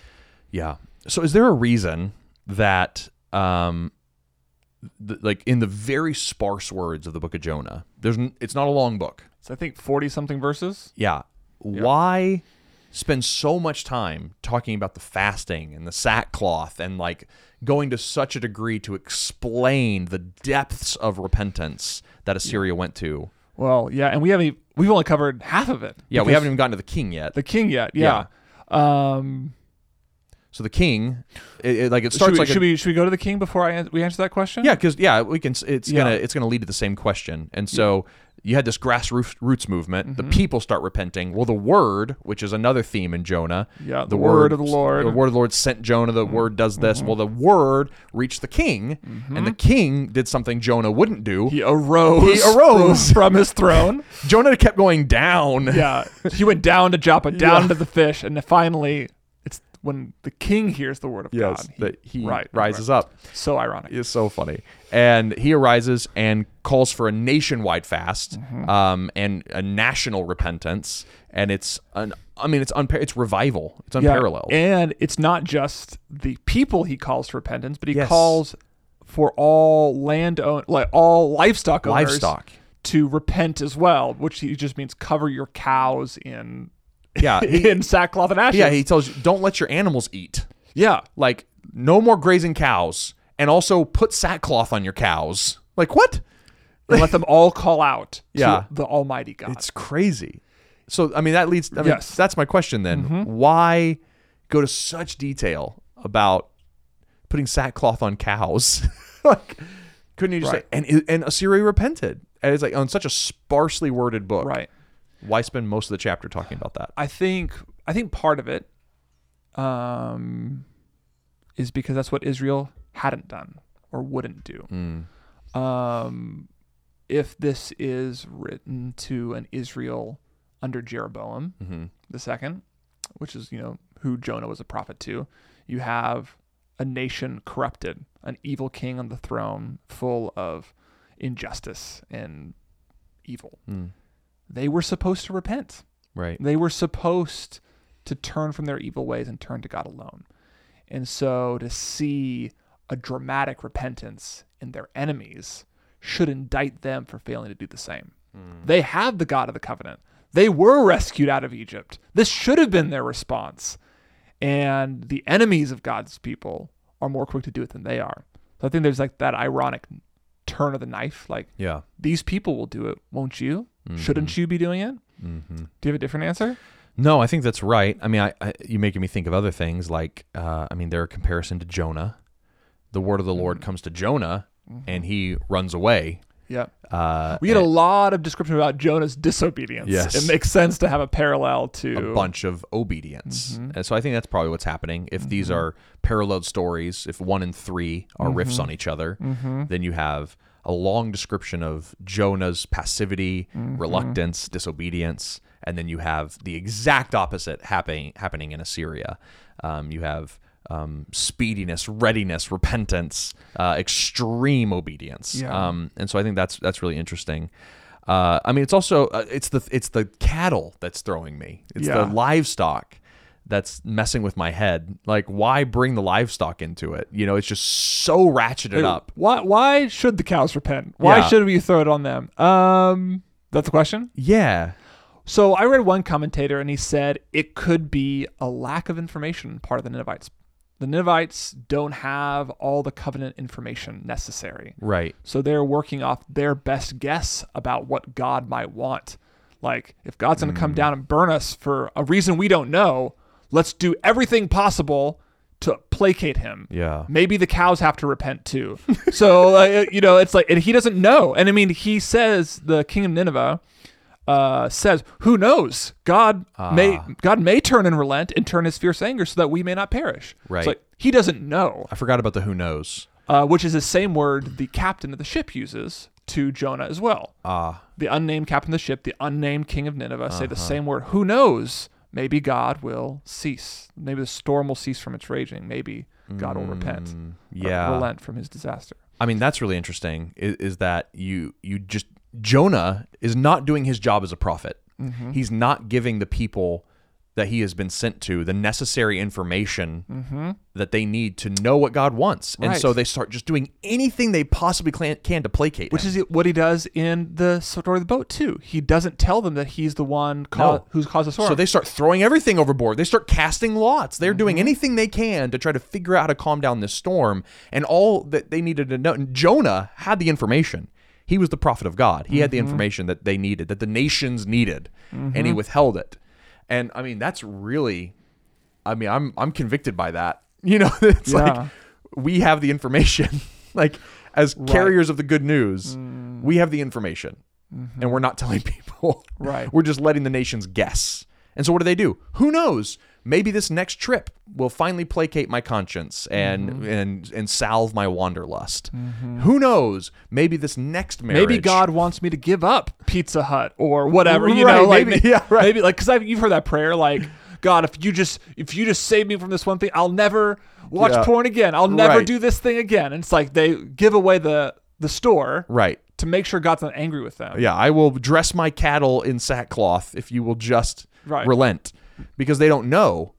[SPEAKER 2] Yeah. So is there a reason that um th- like in the very sparse words of the book of Jonah, there's n- it's not a long book.
[SPEAKER 3] so I think 40 something verses.
[SPEAKER 2] Yeah. Why spend so much time talking about the fasting and the sackcloth and like going to such a degree to explain the depths of repentance that Assyria went to.
[SPEAKER 3] Well, yeah, and we haven't. e- We've only covered half of it.
[SPEAKER 2] Yeah, we
[SPEAKER 3] because
[SPEAKER 2] haven't even gotten to the king yet.
[SPEAKER 3] the king yet. Yeah. Um,
[SPEAKER 2] so the king, it, it- like it
[SPEAKER 3] should,
[SPEAKER 2] starts
[SPEAKER 3] we,
[SPEAKER 2] like a-
[SPEAKER 3] should we should we go to the king before I an- we answer that question?
[SPEAKER 2] Yeah, because yeah, we can. s- It's
[SPEAKER 3] Yeah.
[SPEAKER 2] gonna it's gonna lead to the same question, and so you had this grassroots movement.
[SPEAKER 3] Mm-hmm.
[SPEAKER 2] The people start repenting. Well, the word, which is another theme in Jonah,
[SPEAKER 3] Yeah, the word of the Lord. Mm-hmm.
[SPEAKER 2] the word of the Lord sent Jonah. The word does this. Well, the word reached the king, and the king did something Jonah wouldn't do.
[SPEAKER 3] He arose.
[SPEAKER 2] He arose.
[SPEAKER 3] from, from
[SPEAKER 2] *laughs*
[SPEAKER 3] his throne.
[SPEAKER 2] Jonah kept going down.
[SPEAKER 3] yeah, he went down to Joppa, down to the fish, and finally, it's when the king hears the word
[SPEAKER 2] *laughs*
[SPEAKER 3] of
[SPEAKER 2] Yes,
[SPEAKER 3] God.
[SPEAKER 2] that he
[SPEAKER 3] right,
[SPEAKER 2] rises up.
[SPEAKER 3] up. So ironic.
[SPEAKER 2] is so funny. And he arises and calls for a nationwide fast
[SPEAKER 3] Mm-hmm.
[SPEAKER 2] um, and a national repentance. And it's an, I mean, it's unpa- it's revival. It's
[SPEAKER 3] Yeah,
[SPEAKER 2] unparalleled.
[SPEAKER 3] And it's not just the people he calls to repentance, but he
[SPEAKER 2] Yes.
[SPEAKER 3] calls for all land own, like all livestock owners
[SPEAKER 2] Livestock.
[SPEAKER 3] to repent as well, which he just means cover your cows in *laughs*
[SPEAKER 2] Yeah, he-
[SPEAKER 3] in sackcloth and ashes.
[SPEAKER 2] yeah, he tells you don't let your animals eat.
[SPEAKER 3] yeah.
[SPEAKER 2] Like no more grazing cows, and also put sackcloth on your cows. Like what?
[SPEAKER 3] And let them all call out
[SPEAKER 2] *laughs* Yeah.
[SPEAKER 3] to the Almighty God.
[SPEAKER 2] It's crazy. So I mean, that leads. I mean,
[SPEAKER 3] Yes. Mm-hmm.
[SPEAKER 2] that's my question then. Why go to such detail about putting sackcloth on cows? *laughs* like, couldn't you just
[SPEAKER 3] Right.
[SPEAKER 2] say and and Assyria repented? And it's like on such a sparsely worded book.
[SPEAKER 3] right.
[SPEAKER 2] Why spend most of the chapter talking about that?
[SPEAKER 3] I think I think part of it um, is because that's what Israel hadn't done or wouldn't do. Um, if this is written to an Israel under Jeroboam the second, which is you know who Jonah was a prophet to, you have a nation corrupted, an evil king on the throne, full of injustice and evil. They were supposed to repent.
[SPEAKER 2] Right.
[SPEAKER 3] They were supposed to turn from their evil ways and turn to God alone. And so to see a dramatic repentance in their enemies should indict them for failing to do the same. They have the God of the covenant. They were rescued out of Egypt. This should have been their response. And the enemies of God's people are more quick to do it than they are. So I think there's like that ironic turn of the knife like
[SPEAKER 2] Yeah.
[SPEAKER 3] these people will do it, won't you? Shouldn't you be doing it? Do you have a different answer?
[SPEAKER 2] No, I think that's right. I mean, I, I you're making me think of other things. Like, uh, I mean, there are comparison to Jonah. The word of
[SPEAKER 3] Mm-hmm.
[SPEAKER 2] the Lord comes to Jonah, and he runs away.
[SPEAKER 3] Yeah.
[SPEAKER 2] Uh,
[SPEAKER 3] We had a lot of description about Jonah's disobedience.
[SPEAKER 2] Yes.
[SPEAKER 3] It makes sense to have a parallel to Mm-hmm.
[SPEAKER 2] a bunch of obedience. And so I think that's probably what's happening. If these are paralleled stories, if one and three are
[SPEAKER 3] Mm-hmm.
[SPEAKER 2] riffs on each other, then you have a long description of Jonah's passivity,
[SPEAKER 3] Mm-hmm.
[SPEAKER 2] reluctance, disobedience, and then you have the exact opposite happening happening in Assyria. Um, you have um, speediness, readiness, repentance, uh, extreme obedience.
[SPEAKER 3] Yeah.
[SPEAKER 2] Um, and so I think that's that's really interesting. Uh, I mean, it's also uh, it's the it's the cattle that's throwing me. It's
[SPEAKER 3] Yeah.
[SPEAKER 2] the livestock that's messing with my head. Like, why bring the livestock into it? You know, it's just so ratcheted up.
[SPEAKER 3] Why why should the cows repent? Why
[SPEAKER 2] Yeah.
[SPEAKER 3] should we throw it on them? Um that's the question.
[SPEAKER 2] Yeah,
[SPEAKER 3] So I read one commentator and he said it could be a lack of information on part of the Ninevites. The Ninevites don't have all the covenant information necessary.
[SPEAKER 2] right.
[SPEAKER 3] So they're working off their best guess about what God might want. Like, if God's going to
[SPEAKER 2] Hmm.
[SPEAKER 3] come down and burn us for a reason we don't know, let's do everything possible to placate him.
[SPEAKER 2] Yeah.
[SPEAKER 3] Maybe the cows have to repent too. *laughs* so, uh, you know, it's like, and he doesn't know. And I mean, he says, the king of Nineveh uh, says, who knows? God
[SPEAKER 2] Ah.
[SPEAKER 3] may God may turn and relent and turn his fierce anger so that we may not perish.
[SPEAKER 2] Right.
[SPEAKER 3] It's like, he doesn't know
[SPEAKER 2] I forgot about the who knows.
[SPEAKER 3] uh, which is the same word the captain of the ship uses to Jonah as well.
[SPEAKER 2] Ah,
[SPEAKER 3] The unnamed captain of the ship, the unnamed king of Nineveh, say
[SPEAKER 2] Uh-huh.
[SPEAKER 3] the same word. Who knows? Maybe God will cease. Maybe the storm will cease from its raging. Maybe God will repent, or
[SPEAKER 2] Mm, yeah.
[SPEAKER 3] relent from his disaster.
[SPEAKER 2] I mean, that's really interesting. Is, is that you? You just
[SPEAKER 3] Mm-hmm.
[SPEAKER 2] Jonah is not doing his job as a prophet. He's not giving the people that he has been sent to, the necessary information that they need to know what God wants. And
[SPEAKER 3] Mm-hmm. Right.
[SPEAKER 2] so they start just doing anything they possibly clan- can to placate
[SPEAKER 3] Which
[SPEAKER 2] him.
[SPEAKER 3] is what he does in the story of the boat too. He doesn't tell them that he's the one ca-
[SPEAKER 2] No.
[SPEAKER 3] who's caused the storm.
[SPEAKER 2] so they start throwing everything overboard. They start casting lots. They're doing
[SPEAKER 3] Mm-hmm.
[SPEAKER 2] anything they can to try to figure out how to calm down this storm. And all that they needed to know, and Jonah had the information. He was the prophet of God. He
[SPEAKER 3] Mm-hmm.
[SPEAKER 2] had the information that they needed, that the nations needed, and he withheld it. And I mean, that's really, I mean, I'm I'm convicted by that. *laughs* You know, it's
[SPEAKER 3] Yeah.
[SPEAKER 2] like we have the information, *laughs* like as carriers of the good news,
[SPEAKER 3] Mm.
[SPEAKER 2] we have the information, and we're not telling *laughs* people.
[SPEAKER 3] Right.
[SPEAKER 2] We're just letting the nations guess. And so what do they do? Who knows? Maybe this next trip will finally placate my conscience and
[SPEAKER 3] Mm-hmm.
[SPEAKER 2] and and salve my wanderlust. Who knows? Maybe this next marriage.
[SPEAKER 3] Maybe God wants me to give up Pizza Hut or whatever, you
[SPEAKER 2] Right,
[SPEAKER 3] know, like
[SPEAKER 2] maybe- yeah, right.
[SPEAKER 3] maybe like because you've heard that prayer, like God, if you just if you just save me from this one thing, I'll never watch
[SPEAKER 2] Yeah.
[SPEAKER 3] porn again. I'll never
[SPEAKER 2] Right.
[SPEAKER 3] do this thing again. And it's like they give away the the store
[SPEAKER 2] Right.
[SPEAKER 3] to make sure God's not angry with them.
[SPEAKER 2] Yeah, I will dress my cattle in sackcloth if you will just
[SPEAKER 3] Right.
[SPEAKER 2] relent. Because they don't know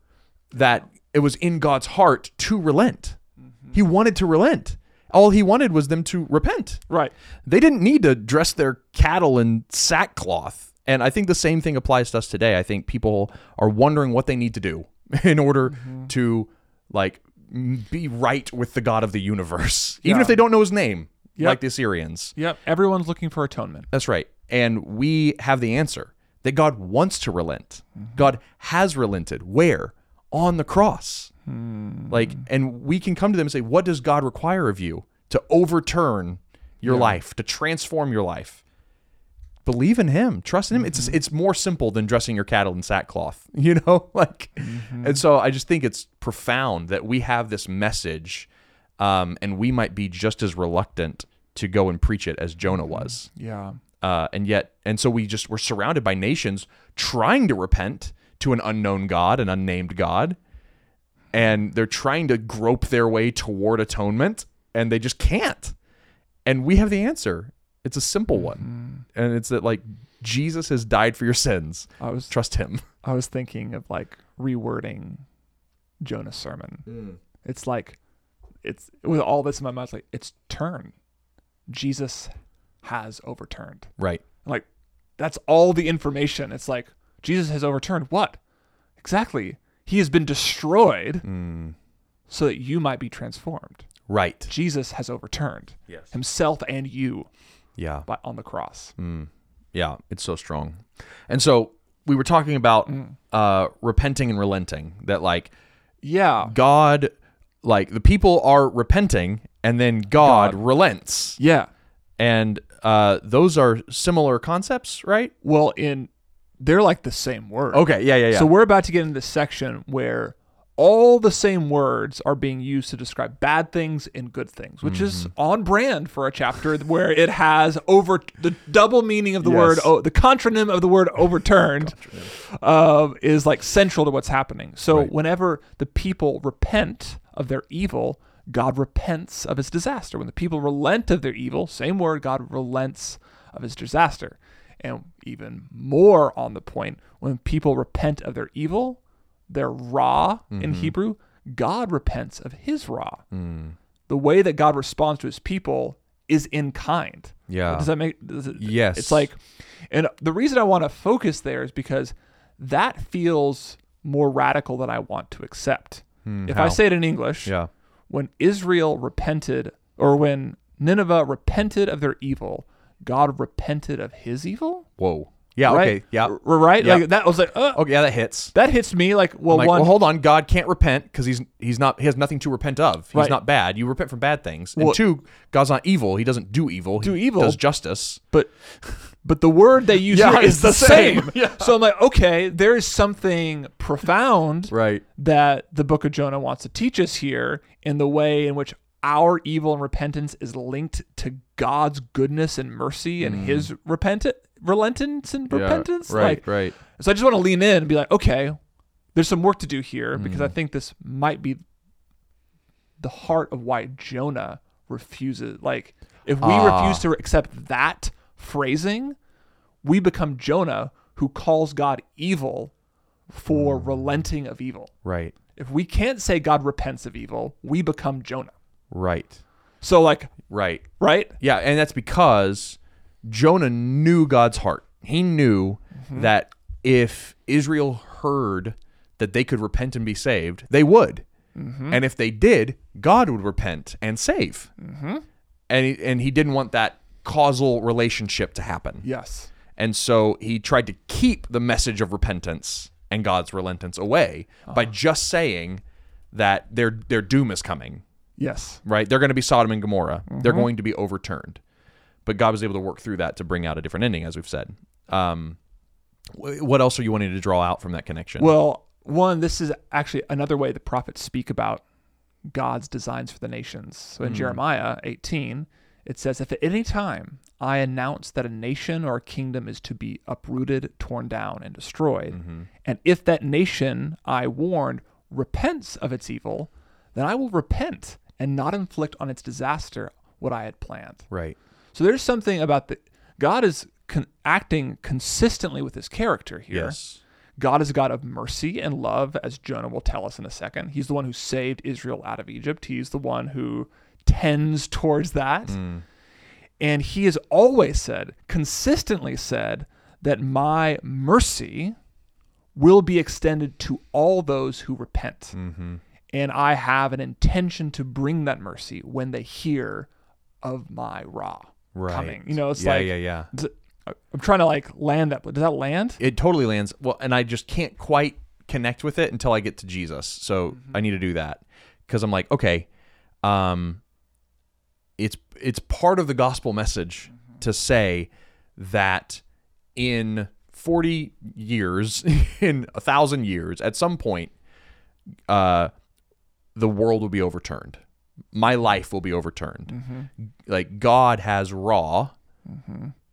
[SPEAKER 2] that it was in God's heart to relent.
[SPEAKER 3] Mm-hmm.
[SPEAKER 2] He wanted to relent. All he wanted was them to repent.
[SPEAKER 3] Right.
[SPEAKER 2] They didn't need to dress their cattle in sackcloth. And I think the same thing applies to us today. I think people are wondering what they need to do *laughs* in order
[SPEAKER 3] Mm-hmm.
[SPEAKER 2] to like m- be right with the God of the universe, *laughs* even
[SPEAKER 3] Yeah.
[SPEAKER 2] if they don't know his name,
[SPEAKER 3] Yep.
[SPEAKER 2] like the Assyrians.
[SPEAKER 3] Yep. Everyone's looking for atonement.
[SPEAKER 2] That's right. And we have the answer that God wants to relent. God has relented. Where? On the cross. Like, and we can come to them and say, What does God require of you to overturn your life, to transform your life? Believe in Him, trust in Him. It's it's more simple than dressing your cattle in sackcloth, *laughs* you know. Like, and so I just think it's profound that we have this message, um, and we might be just as reluctant to go and preach it as Jonah was
[SPEAKER 3] Yeah.
[SPEAKER 2] uh, and yet and so we just were surrounded by nations trying to repent to an unknown god an unnamed god and they're trying to grope their way toward atonement and they just can't and we have the answer it's a simple one and it's that like jesus has died for your sins
[SPEAKER 3] I was
[SPEAKER 2] trust him
[SPEAKER 3] I was thinking of like rewording Jonah's sermon.
[SPEAKER 2] Mm.
[SPEAKER 3] It's like it's with all this in my mind, it's like it's turn. Jesus has overturned.
[SPEAKER 2] right
[SPEAKER 3] Like that's all the information. It's like Jesus has overturned what? Exactly. He has been destroyed
[SPEAKER 2] Mm.
[SPEAKER 3] so that you might be transformed.
[SPEAKER 2] right
[SPEAKER 3] Jesus has overturned
[SPEAKER 2] Yes. Mm.
[SPEAKER 3] himself and you
[SPEAKER 2] yeah
[SPEAKER 3] by, on the cross.
[SPEAKER 2] Yeah, it's so strong. And so we were talking about uh, repenting and relenting. That like
[SPEAKER 3] Yeah.
[SPEAKER 2] God, like the people are repenting, and then God, relents.
[SPEAKER 3] Yeah.
[SPEAKER 2] And uh, those are similar concepts, right?
[SPEAKER 3] Well, in they're like the same word.
[SPEAKER 2] Okay, yeah, yeah, yeah.
[SPEAKER 3] So we're about to get into this section where all the same words are being used to describe bad things and good things, which is
[SPEAKER 2] Mm-hmm.
[SPEAKER 3] on brand for a chapter where it has over the double meaning of the word,
[SPEAKER 2] Yes.
[SPEAKER 3] oh, the contronym of
[SPEAKER 2] *laughs*
[SPEAKER 3] the word overturned um, is like central to what's happening. So whenever the people repent of their evil, God repents of his disaster. When the people relent of their evil, same word, God relents of his disaster. And even more on the point, when people repent of their evil, their ra
[SPEAKER 2] Mm-hmm.
[SPEAKER 3] in Hebrew, God repents of his ra.
[SPEAKER 2] Mm.
[SPEAKER 3] The way that God responds to his people is in kind.
[SPEAKER 2] Yeah.
[SPEAKER 3] Does that make does it-
[SPEAKER 2] Yes.
[SPEAKER 3] It's like and the reason I want to focus there is because that feels more radical than I want to accept. if
[SPEAKER 2] Hmm, how?
[SPEAKER 3] I say it in English,
[SPEAKER 2] yeah,
[SPEAKER 3] when Israel repented or when Nineveh repented of their evil, God repented of his evil?
[SPEAKER 2] whoa, yeah,
[SPEAKER 3] Right?
[SPEAKER 2] okay, yeah,
[SPEAKER 3] R- Right?
[SPEAKER 2] Yeah.
[SPEAKER 3] Like that was like uh,
[SPEAKER 2] okay, yeah, that hits.
[SPEAKER 3] that hits me like well
[SPEAKER 2] like,
[SPEAKER 3] one
[SPEAKER 2] well, hold on. God can't repent because he's he's not he has nothing to repent of. He's
[SPEAKER 3] Right.
[SPEAKER 2] not bad. You repent from bad things.
[SPEAKER 3] Well-
[SPEAKER 2] and two, God's not evil. He doesn't do evil.
[SPEAKER 3] Do
[SPEAKER 2] he
[SPEAKER 3] evil.
[SPEAKER 2] Does justice.
[SPEAKER 3] but but the word they
[SPEAKER 2] *laughs*
[SPEAKER 3] use
[SPEAKER 2] Yeah,
[SPEAKER 3] here
[SPEAKER 2] it's
[SPEAKER 3] is the
[SPEAKER 2] the same. *laughs*
[SPEAKER 3] same.
[SPEAKER 2] Yeah.
[SPEAKER 3] So I'm like, okay, there is something profound
[SPEAKER 2] Right.
[SPEAKER 3] that the book of Jonah wants to teach us here in the way in which our evil and repentance is linked to God's goodness and mercy and his repentant relentance and repentance. like,
[SPEAKER 2] Mm. Right.
[SPEAKER 3] So I just want to lean in and be like, okay, there's some work to do here because I
[SPEAKER 2] Mm.
[SPEAKER 3] think this might be the heart of why Jonah refuses. Like, if we
[SPEAKER 2] Ah.
[SPEAKER 3] refuse to accept that phrasing, we become Jonah who calls God evil for
[SPEAKER 2] Mm.
[SPEAKER 3] relenting of evil.
[SPEAKER 2] Right.
[SPEAKER 3] If we can't say God repents of evil, we become Jonah.
[SPEAKER 2] Right.
[SPEAKER 3] So, like,
[SPEAKER 2] Right.
[SPEAKER 3] right?
[SPEAKER 2] Yeah, and that's because Jonah knew God's heart. He knew that if Israel heard that they could repent and be saved, they would. And if they did, God would repent and save. And he, and he didn't want that causal relationship to happen.
[SPEAKER 3] Yes.
[SPEAKER 2] And so he tried to keep the message of repentance and God's relentance away by just saying that their their doom is coming
[SPEAKER 3] Yes.
[SPEAKER 2] right? They're going to be Sodom and Gomorrah. They're
[SPEAKER 3] Mm-hmm.
[SPEAKER 2] going to be overturned. But God was able to work through that to bring out a different ending, as we've said. Um, wh- what else are you wanting to draw out from that connection?
[SPEAKER 3] Well, one, this is actually another way the prophets speak about God's designs for the nations. So in Jeremiah 18, it says, If at any time I announce that a nation or a kingdom is to be uprooted, torn down, and destroyed, and if that nation I warned repents of its evil, then I will repent and not inflict on its disaster what I had planned.
[SPEAKER 2] right,
[SPEAKER 3] So there's something about the God is con- acting consistently with his character here.
[SPEAKER 2] yes,
[SPEAKER 3] God is a God of mercy and love, as Jonah will tell us in a second. He's the one who saved Israel out of Egypt. He's the one who tends towards that.
[SPEAKER 2] Mm.
[SPEAKER 3] And he has always said, consistently said, that my mercy will be extended to all those who repent.
[SPEAKER 2] Mm-hmm.
[SPEAKER 3] And I have an intention to bring that mercy when they hear of my Ra
[SPEAKER 2] right.
[SPEAKER 3] coming. You know, it's
[SPEAKER 2] yeah,
[SPEAKER 3] like,
[SPEAKER 2] yeah, yeah.
[SPEAKER 3] does it- I'm trying to like land that, but does that land?
[SPEAKER 2] It totally lands well, and I just can't quite connect with it until I get to Jesus. So I need to do that because I'm like, okay, um, it's it's part of the gospel message to say that in 40 years, *laughs* in a thousand years, at some point, uh, the world will be overturned. My life will be overturned. Like God has raw,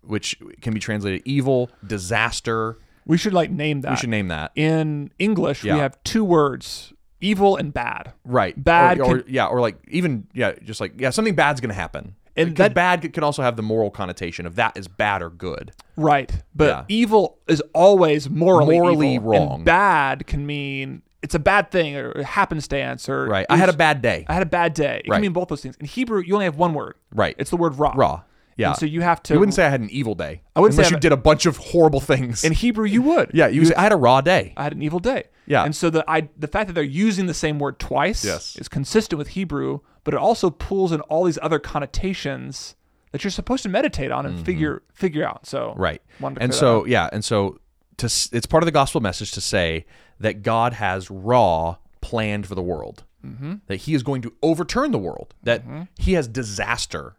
[SPEAKER 2] which can be translated evil, disaster.
[SPEAKER 3] We should like name that.
[SPEAKER 2] We should name that.
[SPEAKER 3] in English,
[SPEAKER 2] Yeah.
[SPEAKER 3] we have two words evil and bad.
[SPEAKER 2] Right.
[SPEAKER 3] Bad
[SPEAKER 2] Or, or-
[SPEAKER 3] can-
[SPEAKER 2] yeah. Or like even yeah. Just like yeah. Something bad's gonna happen.
[SPEAKER 3] And
[SPEAKER 2] And that
[SPEAKER 3] that-
[SPEAKER 2] bad c- can also have the moral connotation of that is bad or good.
[SPEAKER 3] Right. But
[SPEAKER 2] Yeah.
[SPEAKER 3] evil is always morally,
[SPEAKER 2] Morally
[SPEAKER 3] evil,
[SPEAKER 2] wrong.
[SPEAKER 3] And bad can mean it's a bad thing or happenstance or
[SPEAKER 2] Right. I had a
[SPEAKER 3] it's-
[SPEAKER 2] bad day.
[SPEAKER 3] I had a bad day. It
[SPEAKER 2] Right.
[SPEAKER 3] can mean both those things. In Hebrew, you only have one word.
[SPEAKER 2] Right.
[SPEAKER 3] It's the word raw.
[SPEAKER 2] Raw. Yeah.
[SPEAKER 3] And so you have to.
[SPEAKER 2] you wouldn't say I had an evil day.
[SPEAKER 3] I wouldn't say
[SPEAKER 2] unless
[SPEAKER 3] I'm
[SPEAKER 2] you
[SPEAKER 3] a-
[SPEAKER 2] did a bunch of horrible things.
[SPEAKER 3] in Hebrew you would.
[SPEAKER 2] *laughs* yeah. You, would say I had a raw day.
[SPEAKER 3] I had an evil day.
[SPEAKER 2] Yeah.
[SPEAKER 3] And so the I the fact that they're using the same word twice
[SPEAKER 2] Yes.
[SPEAKER 3] is consistent with Hebrew, but it also pulls in all these other connotations that you're supposed to meditate on and figure figure out. So
[SPEAKER 2] Mm-hmm. right.
[SPEAKER 3] wanted to
[SPEAKER 2] And
[SPEAKER 3] clear that
[SPEAKER 2] so yeah. And so to s- it's part of the gospel message to say that God has raw planned for the world. Mm-hmm. That He is going to overturn the world. That
[SPEAKER 3] Mm-hmm.
[SPEAKER 2] He has disaster,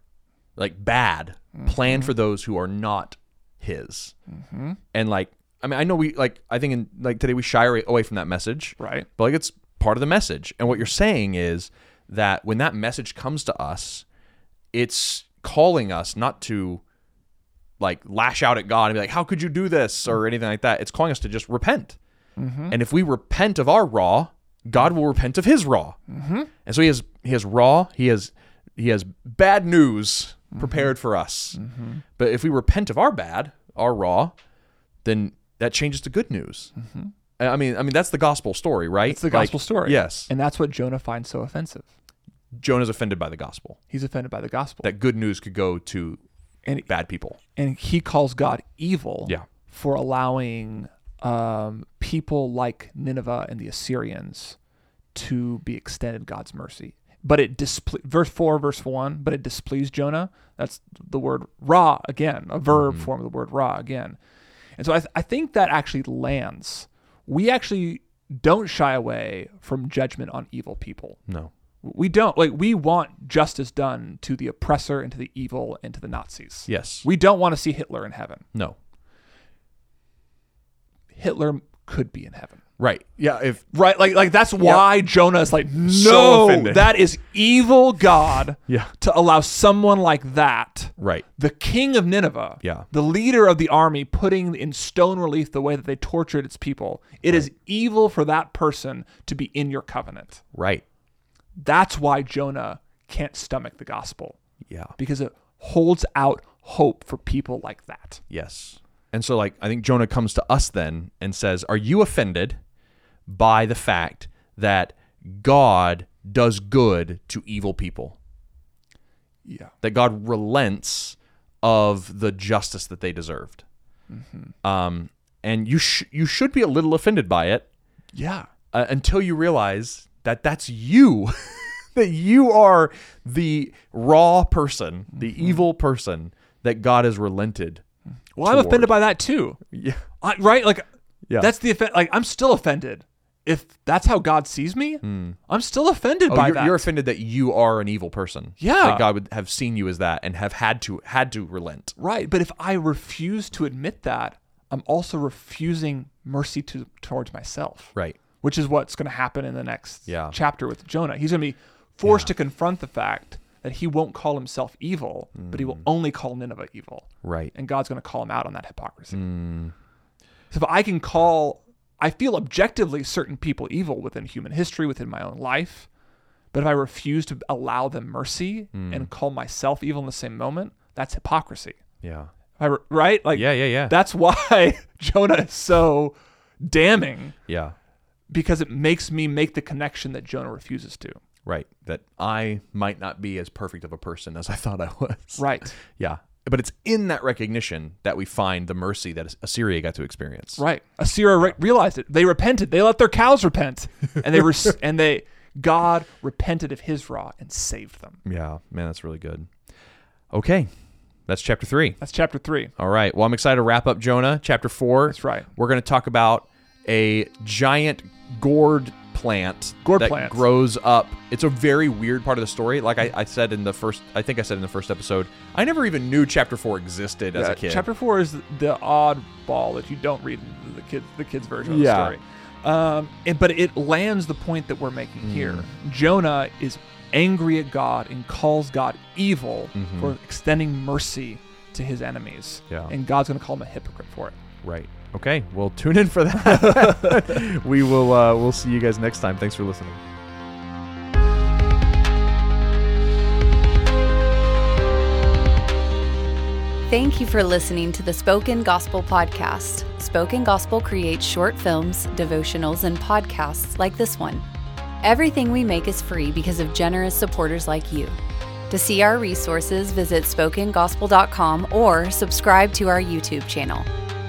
[SPEAKER 2] like bad, planned for those who are not His. and like I mean I know we like I think in like today we shy away from that message,
[SPEAKER 3] Right.
[SPEAKER 2] But like it's part of the message, and what you're saying is that when that message comes to us, it's calling us not to like lash out at God and be like, "How could you do this?" or anything like that. It's calling us to just repent, and if we repent of our raw, God will repent of His raw, and so He has He has raw He has He has bad news prepared for us, but if we repent of our bad, our raw, then that changes to good news. I I mean, I mean that's the gospel story, right?
[SPEAKER 3] Mm-hmm. It's the
[SPEAKER 2] Like,
[SPEAKER 3] gospel story.
[SPEAKER 2] Yes,
[SPEAKER 3] And that's what Jonah finds so offensive.
[SPEAKER 2] Jonah's offended by the gospel
[SPEAKER 3] He's offended by the gospel.
[SPEAKER 2] that good news could go to
[SPEAKER 3] And-
[SPEAKER 2] bad people.
[SPEAKER 3] and he calls God evil
[SPEAKER 2] Yeah.
[SPEAKER 3] for allowing um, people like Nineveh and the Assyrians to be extended God's mercy. But it disple- verse four, verse one. But it displeased Jonah. That's the word ra again, a verb form of the word ra again. And so I, th- I think that actually lands. We actually don't shy away from judgment on evil people.
[SPEAKER 2] No,
[SPEAKER 3] We don't like we want justice done to the oppressor and to the evil and to the Nazis.
[SPEAKER 2] yes,
[SPEAKER 3] We don't want to see Hitler in heaven.
[SPEAKER 2] no,
[SPEAKER 3] Hitler could be in heaven.
[SPEAKER 2] right? Yeah, if
[SPEAKER 3] Right? Like like that's why Jonah's like no,
[SPEAKER 2] offended."
[SPEAKER 3] that is evil God
[SPEAKER 2] Yeah.
[SPEAKER 3] to allow someone like that
[SPEAKER 2] right,
[SPEAKER 3] the king of Nineveh,
[SPEAKER 2] Yeah.
[SPEAKER 3] the leader of the army, putting in stone relief the way that they tortured its people. It is evil for that person to be in your covenant.
[SPEAKER 2] right,
[SPEAKER 3] That's why Jonah can't stomach the gospel
[SPEAKER 2] yeah,
[SPEAKER 3] because it holds out hope for people like that.
[SPEAKER 2] yes. And so, like, I think Jonah comes to us then and says, "Are you offended by the fact that God does good to evil people,
[SPEAKER 3] Yeah.
[SPEAKER 2] that God relents of the justice that they deserved. Um, and you sh- you should be a little offended by it
[SPEAKER 3] Yeah.
[SPEAKER 2] uh, until you realize that that's you, *laughs* that you are the raw person, the evil person that God has relented.
[SPEAKER 3] Well, I'm offended by that too.
[SPEAKER 2] Yeah.
[SPEAKER 3] I, right? Like,
[SPEAKER 2] Yeah.
[SPEAKER 3] that's the offense. Like, I'm still offended. If that's how God sees me, I'm still offended
[SPEAKER 2] Hmm. Oh,
[SPEAKER 3] by
[SPEAKER 2] you're,
[SPEAKER 3] that.
[SPEAKER 2] you're offended that you are an evil person.
[SPEAKER 3] Yeah.
[SPEAKER 2] that God would have seen you as that and have had to had to relent.
[SPEAKER 3] right. But if I refuse to admit that, I'm also refusing mercy to, towards myself,
[SPEAKER 2] Right.
[SPEAKER 3] which is what's going to happen in the next
[SPEAKER 2] Yeah.
[SPEAKER 3] chapter with Jonah. He's going to be forced to confront the fact that he won't call himself evil, but he
[SPEAKER 2] Hmm.
[SPEAKER 3] will only call Nineveh evil.
[SPEAKER 2] Right.
[SPEAKER 3] and God's going to call him out on that hypocrisy. So if I can call, I feel objectively certain people evil within human history, within my own life, but if I refuse to allow them mercy and call myself evil in the same moment, that's hypocrisy.
[SPEAKER 2] Yeah.
[SPEAKER 3] I re- right? Like,
[SPEAKER 2] Yeah. Yeah. Yeah.
[SPEAKER 3] that's why *laughs* Jonah is so damning
[SPEAKER 2] yeah.
[SPEAKER 3] because it makes me make the connection that Jonah refuses to.
[SPEAKER 2] Right. That I might not be as perfect of a person as I thought I was.
[SPEAKER 3] Right.
[SPEAKER 2] Yeah. But it's in that recognition that we find the mercy that Assyria got to experience.
[SPEAKER 3] Right. Assyria re- realized it. They repented. They let their cows repent, and they res-
[SPEAKER 2] *laughs*
[SPEAKER 3] and they God repented of His wrath and saved them.
[SPEAKER 2] Yeah. Man, that's really good. Okay. That's chapter three.
[SPEAKER 3] That's chapter three.
[SPEAKER 2] All right. Well, I'm excited to wrap up Jonah chapter four.
[SPEAKER 3] That's right.
[SPEAKER 2] We're going to talk about a giant gourd plant
[SPEAKER 3] Gourd
[SPEAKER 2] that
[SPEAKER 3] plants.
[SPEAKER 2] grows up. It's a very weird part of the story. Like I, I said in the first, I think I said in the first episode, I never even knew chapter four existed as
[SPEAKER 3] Yeah,
[SPEAKER 2] a kid.
[SPEAKER 3] Chapter four is the oddball that you don't read in the kids the kids version of
[SPEAKER 2] Yeah.
[SPEAKER 3] the story. Um, and, but it lands the point that we're making here.
[SPEAKER 2] Mm.
[SPEAKER 3] Jonah is angry at God and calls God evil for extending mercy to his enemies.
[SPEAKER 2] Mm-hmm. Yeah.
[SPEAKER 3] And God's going to call him a hypocrite for it.
[SPEAKER 2] right. Okay. Well, tune in for that. *laughs* we will. Uh, we'll see you guys next time. Thanks for listening.
[SPEAKER 1] Thank you for listening to the Spoken Gospel Podcast. Spoken Gospel creates short films, devotionals, and podcasts like this one. Everything we make is free because of generous supporters like you. To see our resources, visit spokengospel.com or subscribe to our YouTube channel.